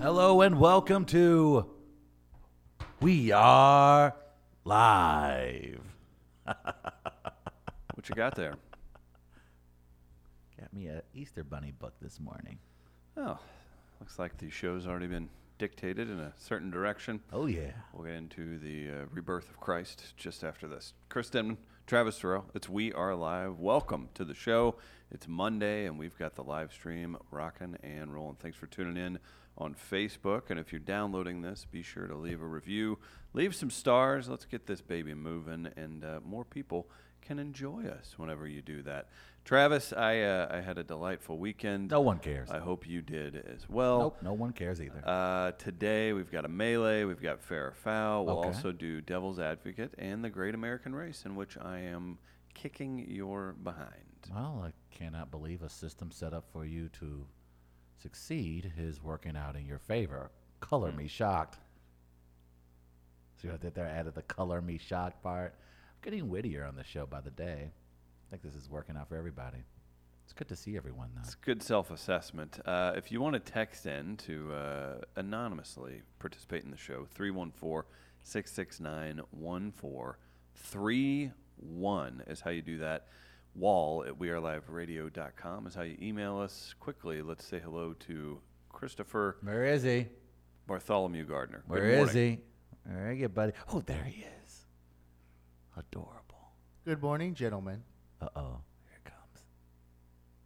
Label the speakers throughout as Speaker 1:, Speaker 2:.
Speaker 1: Hello and welcome to We Are Live.
Speaker 2: What you got there?
Speaker 1: Got me a Easter bunny book this morning.
Speaker 2: Oh, looks like the show's already been dictated in a certain direction.
Speaker 1: Oh yeah.
Speaker 2: We'll get into the uh, rebirth of Christ just after this. Chris Denman, Travis Thoreau, it's We Are Live. Welcome to the show. It's Monday, and we've got the live stream rocking and rolling. Thanks for tuning in on Facebook. And if you're downloading this, be sure to leave a review, leave some stars. Let's get this baby moving, and uh, more people can enjoy us whenever you do that. Travis, I, uh, I had a delightful weekend.
Speaker 1: No one cares.
Speaker 2: I hope you did as well.
Speaker 1: Uh, Nope, no one cares either.
Speaker 2: Uh, today we've got a melee, we've got fair or foul. We'll
Speaker 1: Okay.
Speaker 2: also do devil's advocate and the great American race, in which I am kicking your behind.
Speaker 1: well, I cannot believe a system set up for you to succeed is working out in your favor. Color me shocked. See what I did there? I added the color me shocked part. I'm getting wittier on the show by the day. I think this is working out for everybody. It's good to see everyone though.
Speaker 2: It's good self-assessment. Uh, if you want to text in to uh, anonymously participate in the show, 314-669-1431 is how you do that. Wall at weareliveradio.com is how you email us. Quickly, let's say hello to Christopher
Speaker 1: Where is he?
Speaker 2: Bartholomew Gardner. Good
Speaker 1: Where is
Speaker 2: morning.
Speaker 1: he? Where are you, buddy? Oh, there he is. Adorable.
Speaker 3: Good morning, gentlemen.
Speaker 1: Uh oh. Here it comes.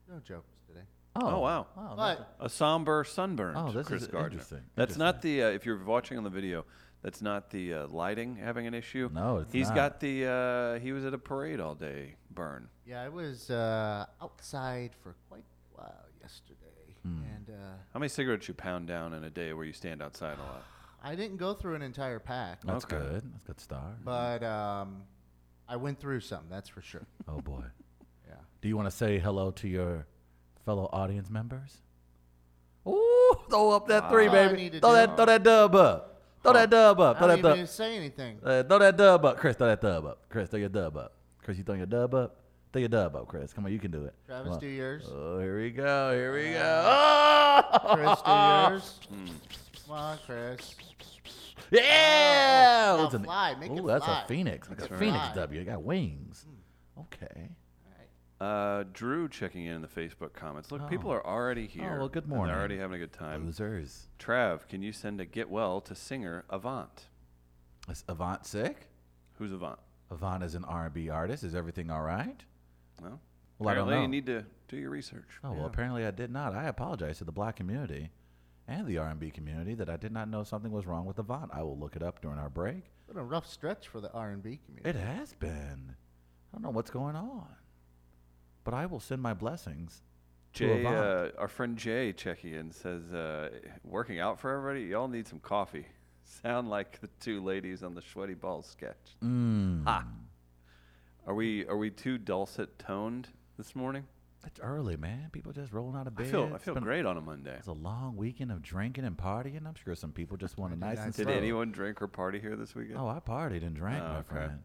Speaker 3: No jokes today.
Speaker 2: Oh, wow.
Speaker 1: Oh, that's
Speaker 3: But
Speaker 2: A somber sunburn.
Speaker 1: Oh, this
Speaker 2: Chris
Speaker 1: is
Speaker 2: Gardner.
Speaker 1: interesting,
Speaker 2: That's not the. Uh, if you're watching on the video, that's not the uh, lighting having an issue.
Speaker 1: No, it's
Speaker 2: He's
Speaker 1: not.
Speaker 2: got the. Uh, he was at a parade all day. Burn.
Speaker 3: yeah, I was uh, outside for quite a while yesterday,
Speaker 1: Hmm.
Speaker 3: and uh,
Speaker 2: How many cigarettes you pound down in a day where you stand outside a lot?
Speaker 3: I didn't go through an entire pack,
Speaker 1: that's
Speaker 2: Okay.
Speaker 1: good. That's a good start.
Speaker 3: but um, I went through some. That's for sure.
Speaker 1: Oh boy.
Speaker 3: Yeah.
Speaker 1: Do you want to say hello to your fellow audience members? Ooh, throw up that three,
Speaker 3: That's all Ah, I
Speaker 1: baby.
Speaker 3: need to
Speaker 1: Throw
Speaker 3: do.
Speaker 1: that, throw that dub up. Throw that dub up.
Speaker 3: I
Speaker 1: Throw
Speaker 3: don't
Speaker 1: that
Speaker 3: even
Speaker 1: dub.
Speaker 3: need to say anything.
Speaker 1: Uh, throw that dub up, Chris. Throw that dub up, Chris. Throw your dub up, Chris. You throwing your dub up? Throw your dub up, Chris. Come on, you can do it.
Speaker 3: Travis,
Speaker 1: Come on.
Speaker 3: do yours.
Speaker 1: Oh, here we go. Here we go. Oh!
Speaker 3: Uh, Chris, do yours. Come on, Chris.
Speaker 1: Yeah.
Speaker 3: Now
Speaker 1: What's in the-
Speaker 3: fly, Oh, make it
Speaker 1: Ooh, that's
Speaker 3: fly.
Speaker 1: a phoenix. That's
Speaker 3: Make
Speaker 1: a
Speaker 3: it
Speaker 1: phoenix
Speaker 3: fly. Hmm.
Speaker 1: W. It got wings. Okay.
Speaker 2: Uh, Drew checking in in the Facebook comments. Look, people are already here.
Speaker 1: Oh. well, good
Speaker 2: and
Speaker 1: morning.
Speaker 2: They're already having a good time.
Speaker 1: Losers.
Speaker 2: Trav, can you send a get well to singer Avant?
Speaker 1: Is Avant sick?
Speaker 2: Who's Avant?
Speaker 1: Avant is an R&B artist. Is everything all right?
Speaker 2: Well,
Speaker 1: Well, I don't
Speaker 2: apparently
Speaker 1: know.
Speaker 2: you need to do your research.
Speaker 1: Oh well, apparently I did not. I apologize to the black community and the R&B community that I did not know something was wrong with Avant. I will look it up during our break.
Speaker 3: What a rough stretch for the R&B community.
Speaker 1: It has been. I don't know what's going on, but I will send my blessings to
Speaker 2: Jay,
Speaker 1: Avant.
Speaker 2: uh, our friend Jay checking in says, uh, working out for everybody. Y'all need some coffee. Sound like the two ladies on the sweaty balls sketch.
Speaker 1: Mm.
Speaker 2: Ha. Are we are we too dulcet toned this morning?
Speaker 1: It's early, man. People just rolling out of bed.
Speaker 2: I feel I
Speaker 1: It's
Speaker 2: feel
Speaker 1: been-
Speaker 2: great on a Monday.
Speaker 1: It's a long weekend of drinking and partying. I'm sure some people just want a nice and
Speaker 2: Did
Speaker 1: slow.
Speaker 2: anyone drink or party here this weekend?
Speaker 1: Oh, I partied and drank,
Speaker 2: Oh,
Speaker 1: my
Speaker 2: okay.
Speaker 1: friend.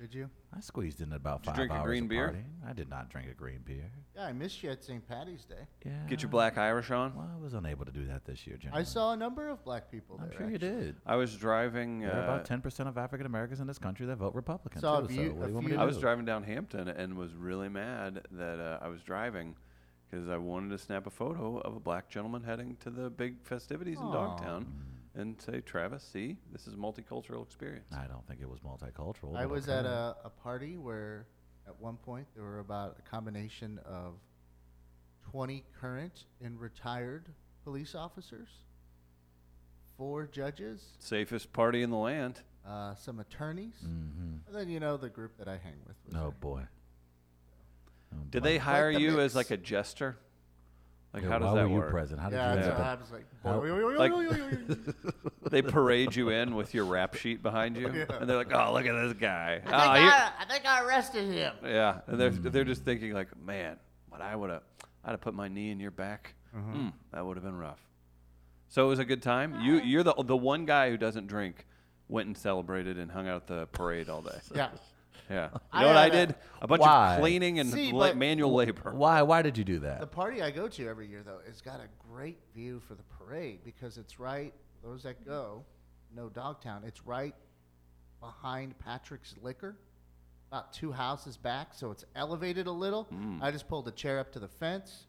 Speaker 3: Did you?
Speaker 1: I squeezed in about
Speaker 2: you
Speaker 1: five
Speaker 2: drink a
Speaker 1: hours
Speaker 2: green
Speaker 1: of
Speaker 2: beer?
Speaker 1: partying. I did not drink a green beer.
Speaker 3: Yeah, I missed you at St. Patty's Day.
Speaker 1: Yeah.
Speaker 2: Get your black Irish on.
Speaker 1: Well, I was unable to do that this year, Jim.
Speaker 3: I saw a number of black people there.
Speaker 1: I'm sure you did.
Speaker 2: I was driviving.
Speaker 1: There are
Speaker 2: Uh,
Speaker 1: about 10% of African Americans in this country that vote Republican.
Speaker 3: Saw a
Speaker 1: too,
Speaker 3: few-
Speaker 1: so what
Speaker 3: a
Speaker 1: do you want me
Speaker 3: few-
Speaker 1: to
Speaker 2: I was
Speaker 1: do?
Speaker 2: driving down Hampton and was really mad that uh, I was driving because I wanted to snap a photo of a black gentleman heading to the big festivities in Dogtown and say, Travis, see, this is a multicultural experience.
Speaker 1: I don't think it was multicultural.
Speaker 3: I
Speaker 1: but
Speaker 3: was
Speaker 1: okay.
Speaker 3: at a, a party where at one point there were about a combination of 20 current and retired police officers, four judges,
Speaker 2: Safest party in the land.
Speaker 3: uh, some attorneys, and then, you know, the group that I hang with. Was
Speaker 1: Mm-hmm. Oh,
Speaker 3: there.
Speaker 1: boy. Oh,
Speaker 2: Did
Speaker 1: boy.
Speaker 2: they hire
Speaker 3: the
Speaker 2: you
Speaker 3: mix.
Speaker 2: as like a jester? Like,
Speaker 1: Yeah,
Speaker 2: how does
Speaker 1: why
Speaker 2: that
Speaker 1: were
Speaker 2: work?
Speaker 1: you present? How did
Speaker 3: yeah,
Speaker 1: you
Speaker 3: that's
Speaker 1: end
Speaker 2: yeah.
Speaker 3: what
Speaker 1: up
Speaker 3: I was like,
Speaker 1: How-
Speaker 3: boy,
Speaker 2: they parade you in with your rap sheet behind you,
Speaker 3: Yeah.
Speaker 2: and they're like, "Oh, look at this guy."
Speaker 3: I,
Speaker 2: Oh,
Speaker 3: think
Speaker 2: he-
Speaker 3: I, I think I arrested him.
Speaker 2: yeah, and they're they're just thinking like, "Man, what I would have, I'd have put my knee in your back. Mm, that would have been rough." So it was a good time.
Speaker 3: Ah.
Speaker 2: You you're the the one guy who doesn't drink went and celebrated and hung out at the parade all day.
Speaker 3: Yeah.
Speaker 2: Yeah. You know
Speaker 3: I
Speaker 2: what I
Speaker 3: had a-
Speaker 2: did? A bunch
Speaker 1: Why?
Speaker 2: of cleaning and
Speaker 3: See,
Speaker 2: la-
Speaker 3: but-
Speaker 2: manual labor.
Speaker 1: Why? Why did you do
Speaker 3: The
Speaker 1: that?
Speaker 3: party I go to every year, though, has got a great view for the parade because it's right, those that go know Dogtown, it's right behind Patrick's Liquor, about two houses back, so it's elevated a little.
Speaker 2: Mm.
Speaker 3: I just pulled a chair up to the fence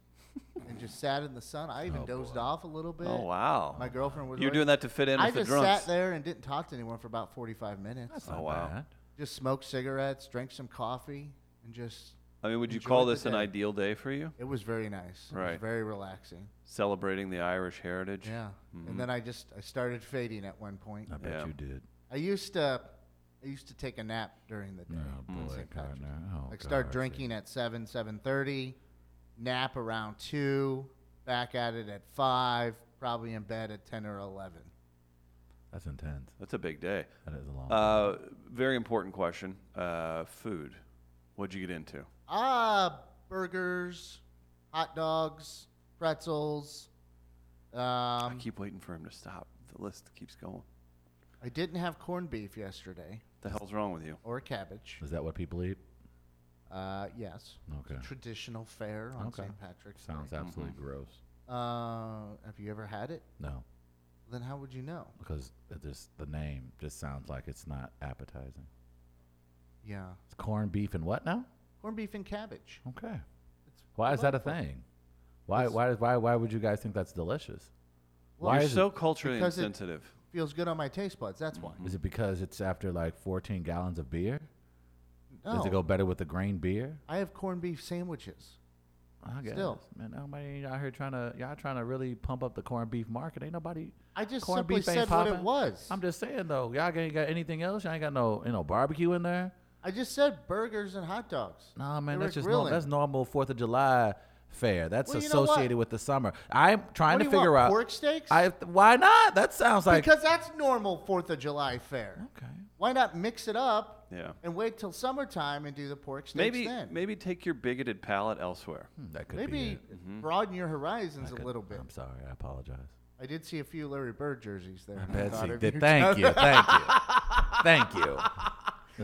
Speaker 3: and just sat in the sun. I even
Speaker 1: Oh,
Speaker 3: dozed off a little bit.
Speaker 2: Oh wow.
Speaker 3: My girlfriend was
Speaker 2: You're
Speaker 3: right-
Speaker 2: doing that to fit in
Speaker 3: I
Speaker 2: with the
Speaker 3: just
Speaker 2: drunks.
Speaker 3: sat there and didn't talk to anyone for about 45 minutes.
Speaker 1: That's
Speaker 2: Oh,
Speaker 1: not
Speaker 2: wow.
Speaker 1: bad.
Speaker 3: Just smoked cigarettes, drank some coffee, and just
Speaker 2: I mean, would you
Speaker 3: Enjoyed
Speaker 2: call
Speaker 3: the
Speaker 2: this an
Speaker 3: day.
Speaker 2: ideal day for you?
Speaker 3: it was very nice. It
Speaker 2: Right.
Speaker 3: was very relaxing.
Speaker 2: Celebrating the Irish heritage. Hmm,
Speaker 3: Yeah. And
Speaker 1: Mm-hmm.
Speaker 3: then I just I started fading at one point.
Speaker 1: I bet
Speaker 2: Yeah.
Speaker 1: you did.
Speaker 3: I used to I used to take a nap during the day.
Speaker 1: Oh
Speaker 3: on
Speaker 1: boy,
Speaker 3: St. Patrick's Day.
Speaker 1: Gardner. Oh,
Speaker 3: like start
Speaker 1: God, see.
Speaker 3: drinking at seven, seven thirty, nap around two, back at it at five, probably in bed at ten or eleven.
Speaker 1: That's intense.
Speaker 2: That's a big day.
Speaker 1: That is a long. time.
Speaker 2: Uh, very important question. Uh, food. What'd you get into?
Speaker 3: Ah, burgers, hot dogs, pretzels.
Speaker 2: I
Speaker 3: Um,
Speaker 2: keep waiting for him to stop. The list keeps going.
Speaker 3: I didn't have corned beef yesterday
Speaker 2: The hell's wrong with you?
Speaker 3: or cabbage.
Speaker 1: Is that what people eat?
Speaker 3: Uh, yes,
Speaker 1: Okay.
Speaker 3: traditional fare on
Speaker 1: Okay.
Speaker 3: St. Patrick's. Day.
Speaker 1: Sounds absolutely gross.
Speaker 3: Uh, have you ever had it?
Speaker 1: No,
Speaker 3: Then how would you know?
Speaker 1: because it just the name just sounds like it's not appetizing.
Speaker 3: Yeah,
Speaker 1: It's corned beef and what now?
Speaker 3: corned beef and cabbage.
Speaker 1: Okay. Why is that a thing? Why why why why would you guys think that's delicious?
Speaker 3: Well,
Speaker 1: why
Speaker 2: You're
Speaker 1: is
Speaker 2: so culturally
Speaker 3: because it-
Speaker 2: insensitive.
Speaker 3: Feels good on my taste buds. That's why.
Speaker 1: it? Is it because it's after like 14 gallons of beer? Does
Speaker 3: No,
Speaker 1: it go better with the grain beer?
Speaker 3: I have corned beef sandwiches.
Speaker 1: I guess.
Speaker 3: Still.
Speaker 1: man, nobody out here trying to y'all trying to really pump up the corned beef market. Ain't nobody.
Speaker 3: I just
Speaker 1: corned
Speaker 3: simply
Speaker 1: beef ain't
Speaker 3: said what it
Speaker 1: poppin'.
Speaker 3: was.
Speaker 1: I'm just saying though, y'all ain't got anything else. Y'all ain't got no you know barbecue in there.
Speaker 3: I just said burgers and hot dogs.
Speaker 1: Nah,
Speaker 3: They
Speaker 1: man,
Speaker 3: were
Speaker 1: that's just
Speaker 3: grilling.
Speaker 1: normal. that's normal Fourth of July fare. That's
Speaker 3: Well, you know what?
Speaker 1: associated with the summer. I'm trying
Speaker 3: What
Speaker 1: to
Speaker 3: do you
Speaker 1: figure
Speaker 3: want,
Speaker 1: out
Speaker 3: pork steaks?
Speaker 1: I why not? That sounds like
Speaker 3: because that's normal Fourth of July fare.
Speaker 1: okay.
Speaker 3: Why not mix it up
Speaker 2: Yeah.
Speaker 3: and wait till summertime and do the pork steaks
Speaker 2: Maybe
Speaker 3: then?
Speaker 2: maybe take your bigoted palate elsewhere.
Speaker 1: Hmm, That could
Speaker 3: Maybe
Speaker 1: be it.
Speaker 3: broaden your horizons
Speaker 1: I
Speaker 3: a
Speaker 1: could-
Speaker 3: little bit.
Speaker 1: I'm sorry. I apologize.
Speaker 3: I did see a few Larry Bird jerseys there. and I thought
Speaker 1: Betsy,
Speaker 3: of
Speaker 1: did,
Speaker 3: you.
Speaker 1: thank you, thank you, thank you.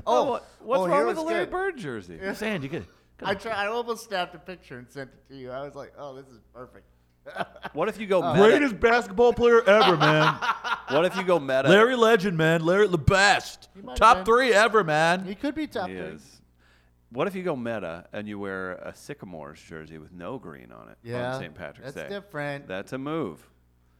Speaker 2: Oh, what's
Speaker 3: oh, here
Speaker 2: wrong with the
Speaker 3: it's
Speaker 2: Larry
Speaker 3: good.
Speaker 2: Bird jersey?
Speaker 1: I'm saying you could.
Speaker 3: I try, I almost snapped a picture and sent it to you. I was like, oh, this is perfect.
Speaker 2: What if you go meta?
Speaker 1: Greatest basketball player ever, man.
Speaker 2: What if you go meta?
Speaker 1: Larry Legend, man. Larry the best.
Speaker 3: He might have
Speaker 1: Top
Speaker 3: been.
Speaker 1: three ever, man.
Speaker 3: He could be top
Speaker 2: He
Speaker 3: three.
Speaker 2: is. What if you go meta and you wear a Sycamores jersey with no green on it
Speaker 3: Yeah,
Speaker 2: on St. Patrick's
Speaker 3: that's
Speaker 2: Day?
Speaker 3: different.
Speaker 2: That's a move.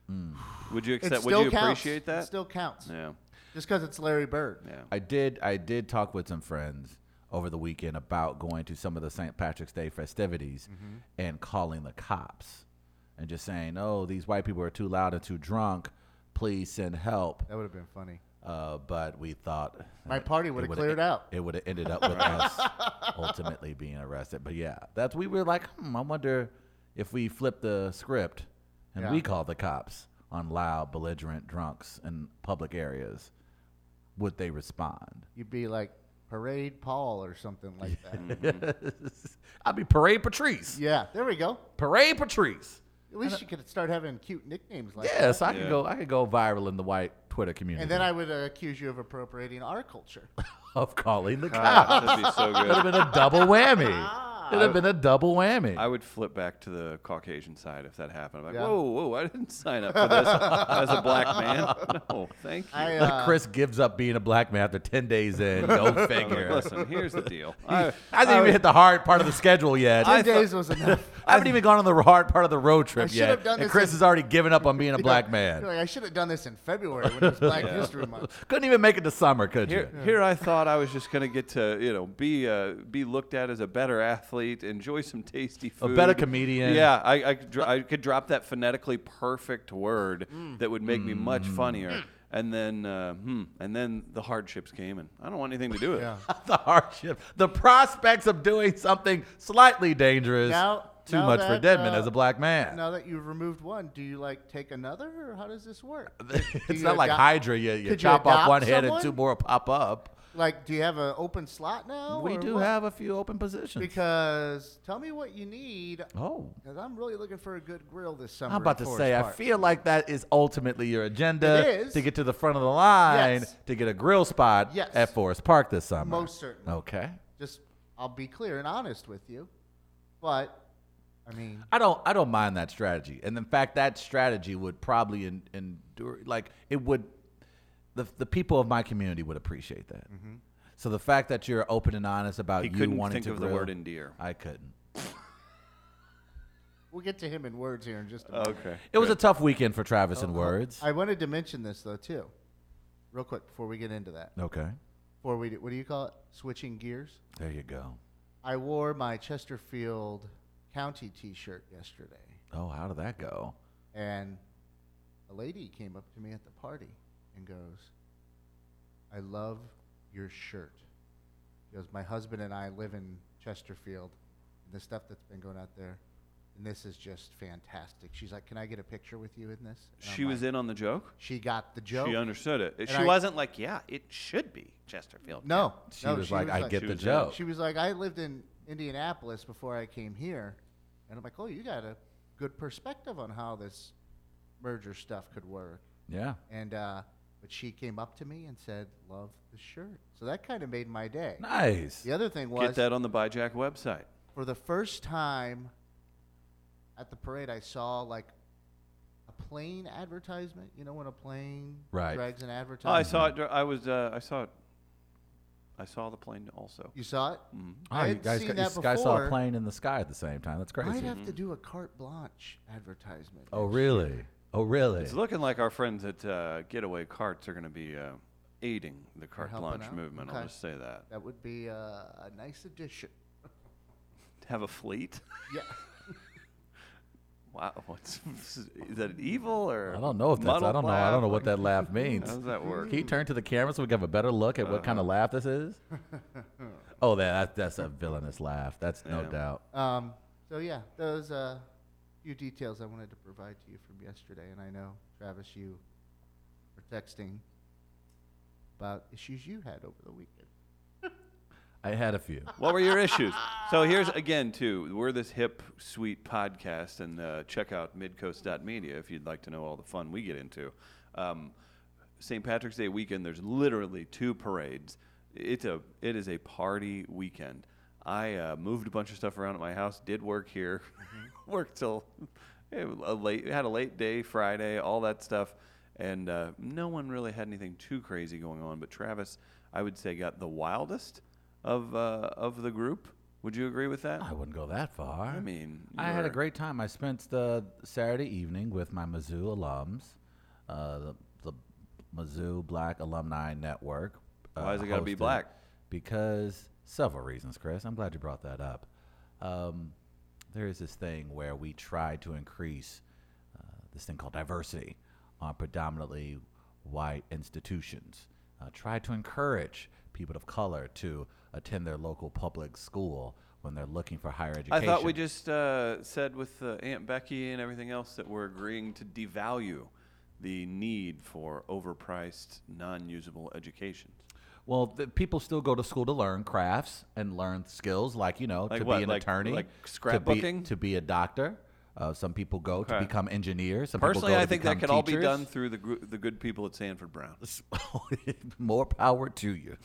Speaker 1: Hmm.
Speaker 2: Would you
Speaker 3: It
Speaker 2: accept? Would
Speaker 3: still
Speaker 2: you
Speaker 3: counts.
Speaker 2: appreciate that?
Speaker 3: It still counts.
Speaker 2: yeah,
Speaker 3: Just because it's Larry Bird.
Speaker 2: yeah.
Speaker 1: I did I did talk with some friends over the weekend about going to some of the St. Patrick's Day festivities
Speaker 3: Mm-hmm.
Speaker 1: and calling the cops and just saying, "Oh, these white people are too loud and too drunk. Please send help."
Speaker 3: That would have been funny.
Speaker 1: Uh, but we thought
Speaker 3: My party
Speaker 1: it
Speaker 3: would have
Speaker 1: would've- e-,
Speaker 3: cleared out.
Speaker 1: It would have ended up with us ultimately being arrested. But yeah, that's we were like, hmm, I wonder if we flip the script and we
Speaker 3: Yeah.
Speaker 1: call the cops on loud, belligerent drunks in public areas, would they respond?
Speaker 3: You'd be like Parade Paul or something like that.
Speaker 1: I'd be Parade Patrice.
Speaker 3: Mm-hmm. yeah, there we go.
Speaker 1: Parade Patrice.
Speaker 3: At least you could start having cute nicknames like that.
Speaker 1: Yes, I could
Speaker 2: Yeah.
Speaker 1: go. I could go viral in the white Twitter community.
Speaker 3: And then I would uh, accuse you of appropriating our culture.
Speaker 1: of calling the cops.
Speaker 2: Ah, that'd be so
Speaker 1: It'd have
Speaker 2: good.
Speaker 1: been a double whammy.
Speaker 3: Ah.
Speaker 1: It'd have been a double whammy.
Speaker 2: I would flip back to the Caucasian side if that happened. I'm like,
Speaker 3: Yeah.
Speaker 2: whoa, whoa, I didn't sign up for this as a black man. No, thank you.
Speaker 3: I,
Speaker 1: Like
Speaker 3: uh,
Speaker 1: Chris gives up being a black man after 10 days in. Go
Speaker 2: I'm like,
Speaker 1: figure.
Speaker 2: Listen, here's the deal. I,
Speaker 1: I haven't even hit the hard part of the schedule yet. I,
Speaker 3: Ten days was enough.
Speaker 1: haven't even gone on the hard part of the road
Speaker 3: I
Speaker 1: trip
Speaker 3: should
Speaker 1: yet.
Speaker 3: have done
Speaker 1: And
Speaker 3: this
Speaker 1: Chris
Speaker 3: in-
Speaker 1: has already given up on being a black
Speaker 3: You're
Speaker 1: man.
Speaker 3: like, I should have done this in February when it was Black History Month.
Speaker 1: Couldn't even make it to summer, could
Speaker 2: Here,
Speaker 1: you?
Speaker 2: here I thought I was just going to get to, you know, be uh, be looked at as a better athlete, enjoy some tasty
Speaker 1: A
Speaker 2: food,
Speaker 1: better comedian.
Speaker 2: Yeah, I I could, dro- I could drop that phonetically perfect word
Speaker 3: Mm.
Speaker 2: that would make me much
Speaker 1: Mm.
Speaker 2: funnier, and then uh, hmm, and then the hardships came, and I don't want anything to do with
Speaker 3: Yeah.
Speaker 2: it.
Speaker 1: the hardship, the prospects of doing something slightly dangerous.
Speaker 3: Now-
Speaker 1: too
Speaker 3: now
Speaker 1: much for
Speaker 3: that,
Speaker 1: Deadman
Speaker 3: uh,
Speaker 1: as a black man.
Speaker 3: Now that you've removed one, do you like take another, or how does this work? Do
Speaker 1: it's
Speaker 3: you
Speaker 1: not like
Speaker 3: adopt-
Speaker 1: Hydra. You, you
Speaker 3: could you
Speaker 1: chop off
Speaker 3: adopt
Speaker 1: one head and
Speaker 3: someone?
Speaker 1: two more pop up.
Speaker 3: Like, do you have an open slot now?
Speaker 1: we
Speaker 3: or
Speaker 1: do
Speaker 3: what?
Speaker 1: have a few open positions.
Speaker 3: Because tell me what you need,
Speaker 1: oh.
Speaker 3: because I'm really looking for a good grill this summer.
Speaker 1: I'm about
Speaker 3: in
Speaker 1: to
Speaker 3: Forest
Speaker 1: say, I
Speaker 3: Park.
Speaker 1: feel like that is ultimately your agenda
Speaker 3: It is.
Speaker 1: to get to the front of the line
Speaker 3: Yes.
Speaker 1: to get a grill spot
Speaker 3: Yes.
Speaker 1: at Forest Park this summer.
Speaker 3: most certainly.
Speaker 1: Okay.
Speaker 3: Just, I'll be clear and honest with you, but I mean,
Speaker 1: I don't I don't mind that strategy. And in fact that strategy would probably en- endure like it would the the people of my community would appreciate that.
Speaker 3: Mm-hmm.
Speaker 1: So the fact that you're open and honest about
Speaker 2: He
Speaker 1: Uh, you
Speaker 2: couldn't
Speaker 1: wanting
Speaker 2: think
Speaker 1: to
Speaker 2: of
Speaker 1: grill,
Speaker 2: the word endear.
Speaker 1: I couldn't.
Speaker 3: we'll get to him in words here in just a minute.
Speaker 2: Okay.
Speaker 1: It was a tough weekend for Travis Uh, in words.
Speaker 3: Oh, I wanted to mention this though too, real quick before we get into that.
Speaker 1: okay.
Speaker 3: Before we, do, what do you call it? Switching gears.
Speaker 1: There you go.
Speaker 3: I wore my Chesterfield County T-shirt yesterday,
Speaker 1: Oh, how did that go?
Speaker 3: and a lady came up to me at the party and goes, "I love your shirt." Because my husband and I live in Chesterfield, and the stuff that's been going out there, and this is just fantastic. She's like, "Can I get a picture with you in this?" And I'm
Speaker 2: She was
Speaker 3: like-
Speaker 2: in on the joke.
Speaker 3: She got the joke.
Speaker 2: She understood it. she
Speaker 3: I-
Speaker 2: wasn't like, yeah, it should be Chesterfield.
Speaker 3: No,
Speaker 1: She
Speaker 3: no,
Speaker 1: was like, I get
Speaker 2: she
Speaker 1: the
Speaker 2: was in.
Speaker 1: joke.
Speaker 3: She was like, I lived in Indianapolis before I came here, and I'm like, oh, you got a good perspective on how this merger stuff could work.
Speaker 1: yeah.
Speaker 3: And uh, but she came up to me and said, love the shirt. So that kind of made my day.
Speaker 1: Nice.
Speaker 3: The other thing
Speaker 2: Get
Speaker 3: was
Speaker 2: that on the BuyJack website.
Speaker 3: for the first time at the parade, I saw like a plane advertisement. You know when a plane
Speaker 1: Right.
Speaker 3: drags an
Speaker 2: Oh, I
Speaker 3: advertisement.
Speaker 2: saw it. dur- I was. Uh, I saw it. I saw the plane also.
Speaker 3: You saw it.
Speaker 2: Mhm.
Speaker 1: Oh,
Speaker 3: I
Speaker 1: you
Speaker 3: hadn't
Speaker 1: guys,
Speaker 3: seen
Speaker 1: got-
Speaker 3: that
Speaker 1: you guys saw a
Speaker 3: before.
Speaker 1: plane in the sky at the same time. That's
Speaker 3: I'd
Speaker 1: crazy.
Speaker 3: have to do a carte blanche advertisement.
Speaker 1: Oh,
Speaker 3: next
Speaker 1: really? Oh, really?
Speaker 2: It's looking like our friends at uh, Getaway Carts are going to be uh, aiding the carte
Speaker 3: helping
Speaker 2: blanche
Speaker 3: out?
Speaker 2: movement. I'll
Speaker 3: Okay.
Speaker 2: just say that.
Speaker 3: That would be uh, a nice addition.
Speaker 2: Have a fleet.
Speaker 3: Yeah.
Speaker 2: wow. What's is that? Evil or
Speaker 1: I don't know if that's. I
Speaker 2: muddled
Speaker 1: don't know. I don't know
Speaker 2: laugh?
Speaker 1: what that laugh means.
Speaker 2: How does that work? Uh-huh.
Speaker 1: Can you turn to the camera so we can have a better look at what kind of laugh this is? oh, that, that's a villainous laugh. That's no
Speaker 2: Yeah.
Speaker 1: doubt.
Speaker 3: Um, so yeah, those uh, few details I wanted to provide to you from yesterday, and I know Travis, you were texting about issues you had over the weekend.
Speaker 1: I had a few.
Speaker 2: What were your issues? So here's again too. We're this hip, sweet podcast, and uh, check out midcoast.media if you'd like to know all the fun we get into. Um, St. Patrick's Day weekend. There's literally two parades. It's a it is a party weekend. I uh, moved a bunch of stuff around at my house. Did work here. worked till eh, a late. Had a late day Friday. All that stuff. And uh, no one really had anything too crazy going on, but Travis, I would say, got the wildest of uh, of the group. Would you agree with that?
Speaker 1: I wouldn't go that far.
Speaker 2: I mean,
Speaker 1: Uh-huh. I had a
Speaker 2: you're-
Speaker 1: great time. I spent the Saturday evening with my Mizzou alums, uh, the, the Mizzou Black Alumni Network. Uh,
Speaker 2: Why is it gotta be black?
Speaker 1: Because several reasons, Chris. I'm glad you brought that up. Um, there is this thing where we try to increase uh, this thing called diversity on predominantly white institutions. Uh, try to encourage people of color to attend their local public school when they're looking for higher education.
Speaker 2: I thought we just uh, said with uh, Aunt Becky and everything else that we're agreeing to devalue the need for overpriced, non-usable education.
Speaker 1: Well, the, people still go to school to learn crafts and learn skills, like you know,
Speaker 2: Like
Speaker 1: to
Speaker 2: what?
Speaker 1: be an
Speaker 2: Like-
Speaker 1: attorney,
Speaker 2: like
Speaker 1: to be,
Speaker 2: scrapbooking?
Speaker 1: to be a doctor. Uh, some people go to
Speaker 2: Okay.
Speaker 1: become engineers. Some
Speaker 2: Personally,
Speaker 1: people go
Speaker 2: I
Speaker 1: to
Speaker 2: think that
Speaker 1: become
Speaker 2: could all be
Speaker 1: teachers.
Speaker 2: done through the gr- the good people at Sanford Brown.
Speaker 1: More power to you.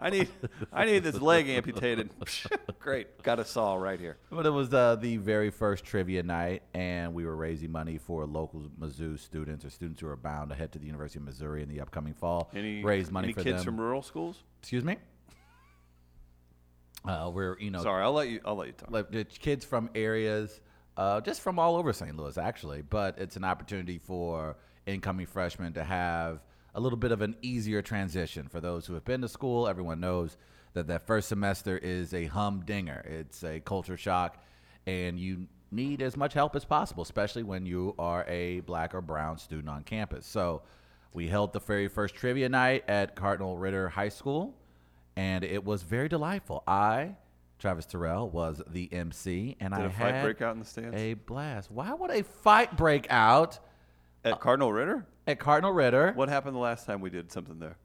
Speaker 2: I need I need this leg amputated. Great, got a saw right here.
Speaker 1: But it was uh, the very first trivia night, and we were raising money for local Mizzou students or students who are bound to head to the University of Missouri in the upcoming fall.
Speaker 2: Any
Speaker 1: raise money
Speaker 2: any
Speaker 1: for
Speaker 2: kids
Speaker 1: them.
Speaker 2: from rural schools?
Speaker 1: Excuse me. Uh, we're you know
Speaker 2: Sorry, I'll let you. I'll let you talk.
Speaker 1: like the kids from areas uh, just from all over St. Louis, actually. But it's an opportunity for incoming freshmen to have a little bit of an easier transition. For those who have been to school, everyone knows that that first semester is a humdinger. It's a culture shock, and you need as much help as possible, especially when you are a black or brown student on campus. So we held the very first trivia night at Cardinal Ritter High School and it was very delightful. I, Travis Terrell, was the MC, and
Speaker 2: Did
Speaker 1: I
Speaker 2: a fight
Speaker 1: had
Speaker 2: break out in the stands?
Speaker 1: a blast. Why would a fight break out
Speaker 2: At Cardinal Ritter,
Speaker 1: at Cardinal Ritter?
Speaker 2: what happened the last time we did something there?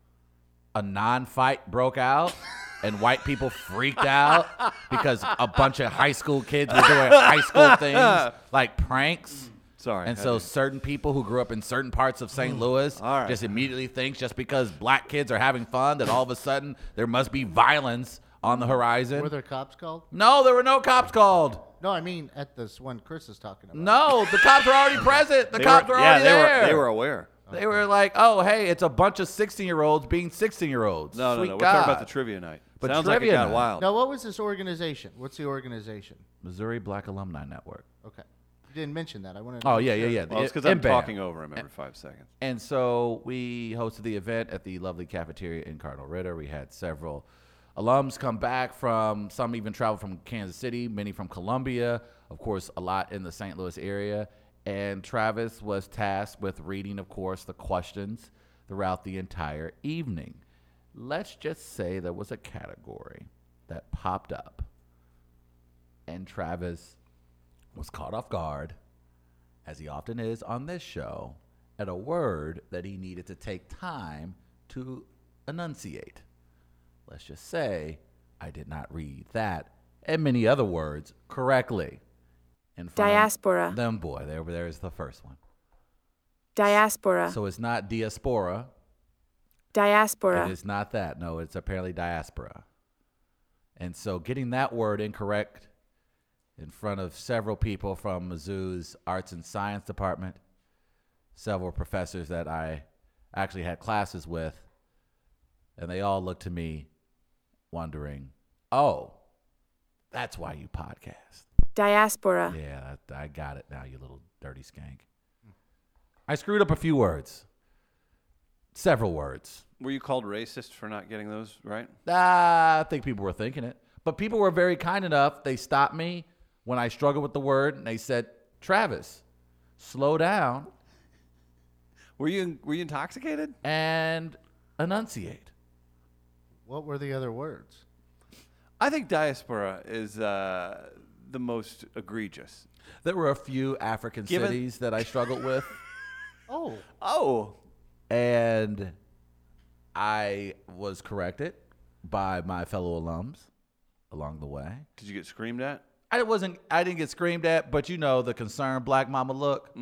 Speaker 1: a non-fight broke out and white people freaked out because a bunch of high school kids were doing high school things like pranks.
Speaker 2: Sorry,
Speaker 1: And
Speaker 2: had
Speaker 1: so
Speaker 2: to-
Speaker 1: certain people who grew up in certain parts of St. Louis
Speaker 2: All right.
Speaker 1: just immediately thinks just because black kids are having fun that all of a sudden there must be violence on the horizon.
Speaker 3: Were there cops called?
Speaker 1: no, there were no cops called.
Speaker 3: No, I mean at this one Chris is talking about.
Speaker 1: No, the cops were already present. The
Speaker 2: They
Speaker 1: cops
Speaker 2: were,
Speaker 1: were,
Speaker 2: yeah,
Speaker 1: already
Speaker 2: they
Speaker 1: there.
Speaker 2: were they were aware.
Speaker 1: They were like, "Oh, hey, it's a bunch of 16-year-olds being 16-year-olds."
Speaker 2: No,
Speaker 1: Sweet
Speaker 2: no, no. We're
Speaker 1: God.
Speaker 2: talking about the trivia night.
Speaker 1: But
Speaker 2: Sounds
Speaker 1: trivia
Speaker 2: like it got
Speaker 1: night.
Speaker 2: wild.
Speaker 3: Now, what was this organization? What's the organization?
Speaker 1: Missouri Black Alumni Network.
Speaker 3: Okay, you didn't mention that. I wanted. to
Speaker 1: Oh
Speaker 3: make
Speaker 1: yeah, yeah,
Speaker 3: sure.
Speaker 1: yeah.
Speaker 2: Well, it's
Speaker 1: The-
Speaker 2: because I'm
Speaker 1: IMBAM.
Speaker 2: talking over him every five seconds.
Speaker 1: And so we hosted the event at the lovely cafeteria in Cardinal Ritter. We had several alums come back from some even traveled from Kansas City, many from Columbia, of course, a lot in the St. Louis area. And Travis was tasked with reading, of course, the questions throughout the entire evening. Let's just say there was a category that popped up, and Travis was caught off guard as he often is on this show, at a word that he needed to take time to enunciate. Let's just say I did not read that and many other words correctly. And from
Speaker 4: Diaspora.
Speaker 1: Them boy, there, there is the first one.
Speaker 4: Diaspora.
Speaker 1: So it's not diaspora.
Speaker 4: diaspora.
Speaker 1: It is not that. No, it's apparently diaspora. And so getting that word incorrect in front of several people from Mizzou's Arts and Science Department, several professors that I actually had classes with, and they all looked to me wondering, oh, that's why you podcast.
Speaker 4: Diaspora.
Speaker 1: Yeah, I, I got it now, you little dirty skank. I screwed up a few words, several words.
Speaker 2: Were you called racist for not getting those right?
Speaker 1: Ah, I think people were thinking it. But people were very kind enough. They stopped me when I struggled with the word and they said, Travis, slow down
Speaker 2: Were you were you intoxicated?
Speaker 1: and enunciate.
Speaker 3: What were the other words?
Speaker 2: I think diaspora is uh, the most egregious.
Speaker 1: There were a few African
Speaker 2: Given-
Speaker 1: cities that I struggled with.
Speaker 3: Oh,
Speaker 2: Oh,
Speaker 1: And I was corrected by my fellow alums along the way.
Speaker 2: did you get screamed at?
Speaker 1: I wasn't. I didn't get screamed at, but you know the concerned black mama look. I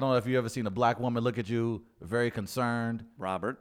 Speaker 1: don't know if you ever seen a black woman look at you very concerned.
Speaker 2: Robert,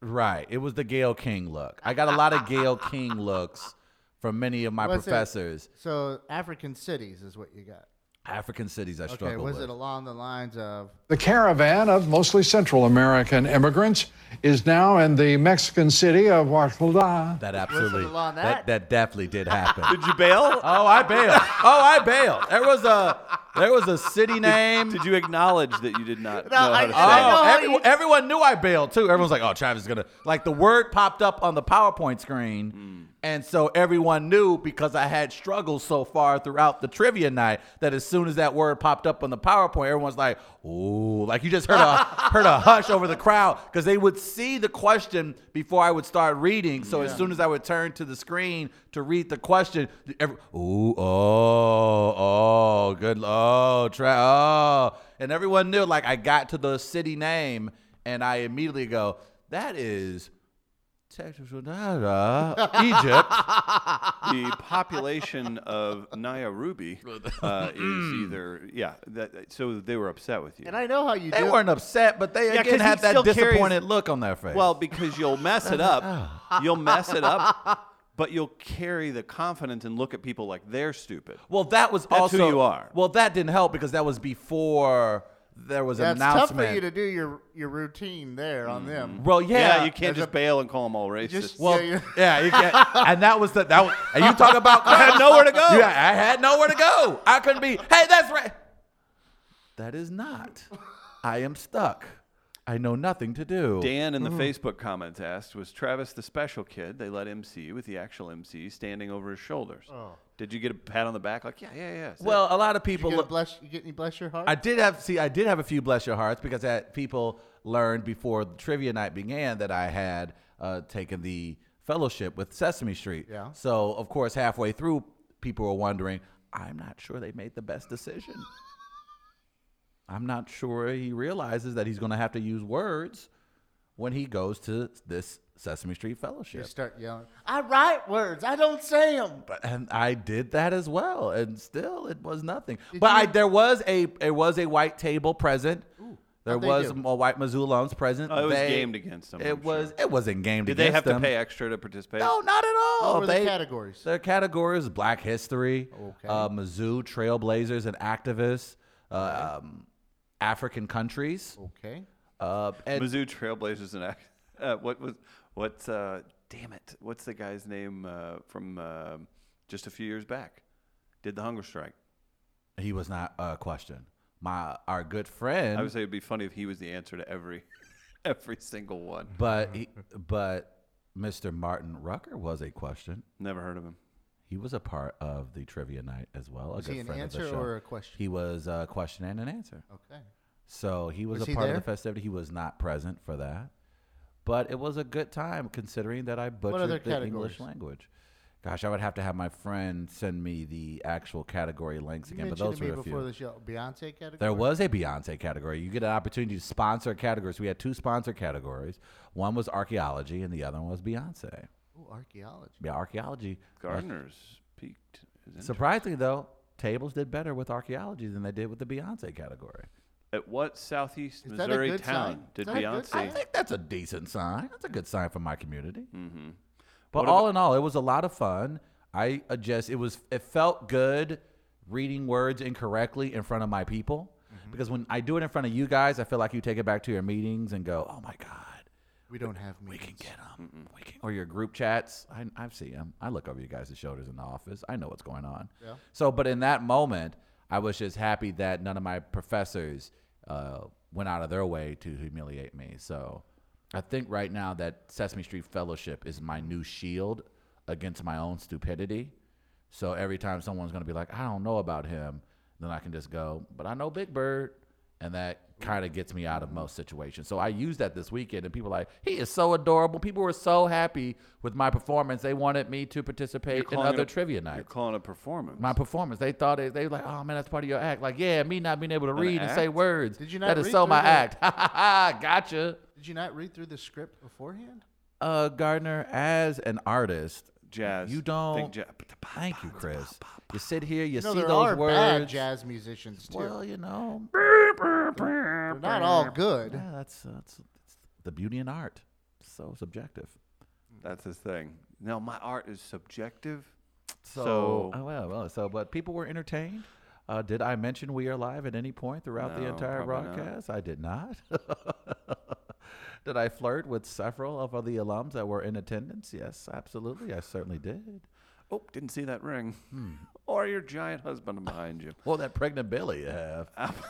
Speaker 1: Right. It was the Gail King look. I got a lot of Gail King looks from many of my
Speaker 3: Was it-
Speaker 1: professors.
Speaker 3: so African cities is what you got.
Speaker 1: African cities I struggle
Speaker 3: Okay, was
Speaker 1: with.
Speaker 3: it along the lines of
Speaker 5: The caravan of mostly Central American immigrants is now in the Mexican city of Huautla.
Speaker 1: that absolutely.
Speaker 3: along
Speaker 1: that?
Speaker 3: that?
Speaker 1: that definitely did happen.
Speaker 2: did you bail?
Speaker 1: oh, I bailed. Oh, I bailed. There was a there was a city name.
Speaker 2: did you acknowledge that you did not know how
Speaker 3: I-
Speaker 2: to
Speaker 1: Oh,
Speaker 2: say?
Speaker 3: I know.
Speaker 2: it?
Speaker 3: how
Speaker 1: every-
Speaker 3: you-
Speaker 1: everyone knew I bailed too. Everyone's like, "Oh, Travis is gonna." Like the word popped up on the PowerPoint screen, and so everyone knew because I had struggled so far throughout the trivia night that as soon as that word popped up on the PowerPoint, everyone's like, "Ooh!" Like you just heard a heard a hush over the crowd because they would see the question before I would start reading. So as soon as I would turn to the screen to read the question, every, "Ooh, oh, oh, good, oh, Travis, oh." And everyone knew, like, I got to the city name and I immediately go, that is Tetrasodara, Egypt.
Speaker 2: The population of Naya Ruby uh, is
Speaker 1: Hmm.
Speaker 2: either yeah. That, so they were upset with you.
Speaker 3: And I know how you
Speaker 1: They
Speaker 3: do.
Speaker 1: weren't upset, but they
Speaker 2: 'cause
Speaker 1: again
Speaker 2: he
Speaker 1: had that
Speaker 2: still carries-
Speaker 1: disappointed look on their face.
Speaker 2: Well, because you'll mess it up. You'll mess it up, but you'll carry the confidence and look at people like they're stupid.
Speaker 1: well, that was
Speaker 2: That's who
Speaker 1: also
Speaker 2: you are.
Speaker 1: Well, that didn't help because that was before there was an
Speaker 3: That's tough
Speaker 1: announcement. Mm-hmm.
Speaker 3: for you to do your your routine there on them.
Speaker 1: well, yeah,
Speaker 2: Yeah, you can't just bail and call them all racist.
Speaker 3: just-
Speaker 1: Well,
Speaker 3: Yeah,
Speaker 1: yeah, you can't. and that was the that. Was, and you talk about I had nowhere to go. Yeah, I had nowhere to go. I couldn't be. Hey, that's right. That is not. I am stuck. I know nothing to do.
Speaker 2: Dan in the
Speaker 1: hmm.
Speaker 2: Facebook comments asked, "Was Travis the special kid? They let MC with the actual MC standing over his shoulders. Did you get a pat on the back? Like, yeah, yeah, yeah. that's it."
Speaker 1: Oh. Well, a lot of people
Speaker 3: You get a
Speaker 1: look.
Speaker 3: bless, you get any bless your heart.
Speaker 1: I did have see. I did have a few bless your hearts because that people learned before the trivia night began that I had uh, taken the fellowship with Sesame Street.
Speaker 3: Yeah.
Speaker 1: So of course, halfway through, people were wondering. I'm not sure they made the best decision. I'm not sure he realizes that he's going to have to use words when he goes to this Sesame Street
Speaker 3: You
Speaker 1: Fellowship.
Speaker 3: start yelling. I write words. I don't say them.
Speaker 1: But- and I did that as well, and still it was nothing.
Speaker 3: Did
Speaker 1: but I,
Speaker 3: you-
Speaker 1: there was a there was a white table present. there
Speaker 3: how'd they
Speaker 1: was
Speaker 3: do?
Speaker 1: a white Mizzou Loans present.
Speaker 2: Oh, it was
Speaker 1: They-
Speaker 2: gamed against them,
Speaker 1: It
Speaker 2: I'm
Speaker 1: was it wasn't gamed
Speaker 2: Did they
Speaker 1: against
Speaker 2: have to
Speaker 1: them.
Speaker 2: pay extra to participate?
Speaker 1: No, not at all.
Speaker 3: What were the
Speaker 1: They-
Speaker 3: categories?
Speaker 1: Their categories: Black History,
Speaker 3: Okay.
Speaker 1: uh, Mizzou Trailblazers and activists, uh, um, African countries,
Speaker 3: Okay.
Speaker 1: uh, and
Speaker 2: Mizzou Trailblazers and act. Uh, what was what? Uh, damn it! What's the guy's name uh, from uh, just a few years back? Did the hunger strike?
Speaker 1: he was not uh, questioned. My our good friend,
Speaker 2: I would say it'd be funny if he was the answer to every every single one.
Speaker 1: but he, but Mr. Martin Rucker was a question.
Speaker 2: Never heard of him.
Speaker 1: He was a part of the trivia night as well. A
Speaker 3: Was
Speaker 1: good
Speaker 3: he an
Speaker 1: friend of
Speaker 3: answer
Speaker 1: the show.
Speaker 3: or a question?
Speaker 1: He was a question and an answer.
Speaker 3: Okay.
Speaker 1: So he was,
Speaker 3: Was
Speaker 1: a
Speaker 3: he
Speaker 1: part
Speaker 3: there?
Speaker 1: of the festivity. He was not present for that, but it was a good time considering that I butchered
Speaker 3: other
Speaker 1: the English
Speaker 3: categories?
Speaker 1: language. Gosh, I would have to have my friend send me the actual category links
Speaker 3: You
Speaker 1: again, but
Speaker 3: mentioned
Speaker 1: those
Speaker 3: to me
Speaker 1: were a
Speaker 3: before
Speaker 1: few.
Speaker 3: the show Beyonce category.
Speaker 1: There was a Beyonce category. You get an opportunity to sponsor categories. We had two sponsor categories. One was archaeology, and the other one was Beyonce.
Speaker 3: Ooh, archaeology.
Speaker 1: Yeah, archaeology.
Speaker 2: Gardner's peaked. Is in-
Speaker 1: Surprisingly, though, tables did better with archaeology than they did with the Beyonce category.
Speaker 2: At what southeast
Speaker 3: Is that a
Speaker 2: Missouri
Speaker 3: good
Speaker 2: town
Speaker 3: sign?
Speaker 2: did
Speaker 3: Is that a good
Speaker 1: I
Speaker 2: Beyonce?
Speaker 3: sign?
Speaker 1: think that's a decent sign. That's a good sign for my community.
Speaker 2: Mm-hmm.
Speaker 1: But
Speaker 2: What
Speaker 1: all in all, it was a lot of fun. I uh, just it was it felt good reading words incorrectly in front of my people
Speaker 2: Mm-hmm.
Speaker 1: because when I do it in front of you guys, I feel like you take it back to your meetings and go, "Oh my god,
Speaker 3: We don't have
Speaker 1: we can
Speaker 3: meetings.
Speaker 1: get them." We can, or your group chats. I I see them. I look over you guys' shoulders in the office. I know what's going on.
Speaker 3: Yeah.
Speaker 1: So, but in that moment, I was just happy that none of my professors uh, went out of their way to humiliate me. So, I think right now that Sesame Street Fellowship is my new shield against my own stupidity. So every time someone's going to be like, "I don't know about him," then I can just go, "But I know Big Bird." And that kind of gets me out of most situations. So I used that this weekend, and people were like, he is so adorable. People were so happy with my performance. They wanted me to participate in
Speaker 2: calling it
Speaker 1: other
Speaker 2: a-
Speaker 1: trivia
Speaker 2: You're
Speaker 1: nights
Speaker 2: calling a performance.
Speaker 1: my performance. They thought it, they were like, oh man, that's part of your act. Like, yeah, me not being able to read and say
Speaker 2: act?
Speaker 1: words.
Speaker 3: Did you not
Speaker 1: That is
Speaker 3: read
Speaker 1: so
Speaker 3: through
Speaker 1: my
Speaker 3: the-
Speaker 1: act. Ha ha ha. Gotcha.
Speaker 3: Did you not read through the script beforehand?
Speaker 1: Uh, Gardner, as an artist,
Speaker 2: jazz.
Speaker 1: you don't.
Speaker 2: Think ja-
Speaker 1: Thank you, Chris. You sit here, you
Speaker 3: You know,
Speaker 1: see
Speaker 3: there
Speaker 1: those
Speaker 3: are
Speaker 1: words.
Speaker 3: bad jazz musicians too.
Speaker 1: well, you know,
Speaker 3: They're not all good.
Speaker 1: yeah, that's uh, that's it's the beauty in art. So subjective.
Speaker 2: That's his thing. No, my art is subjective.
Speaker 1: So,
Speaker 2: So-
Speaker 1: oh, well, well, so but people were entertained. Uh, did I mention we are live at any point throughout the
Speaker 2: No,
Speaker 1: entire
Speaker 2: probably not.
Speaker 1: broadcast? I did not. did I flirt with several of the alums that were in attendance? Yes, absolutely. I certainly did.
Speaker 2: Oh, didn't see that ring.
Speaker 1: Hmm.
Speaker 2: Or your giant husband behind you.
Speaker 1: Well, that pregnant uh, belly you have.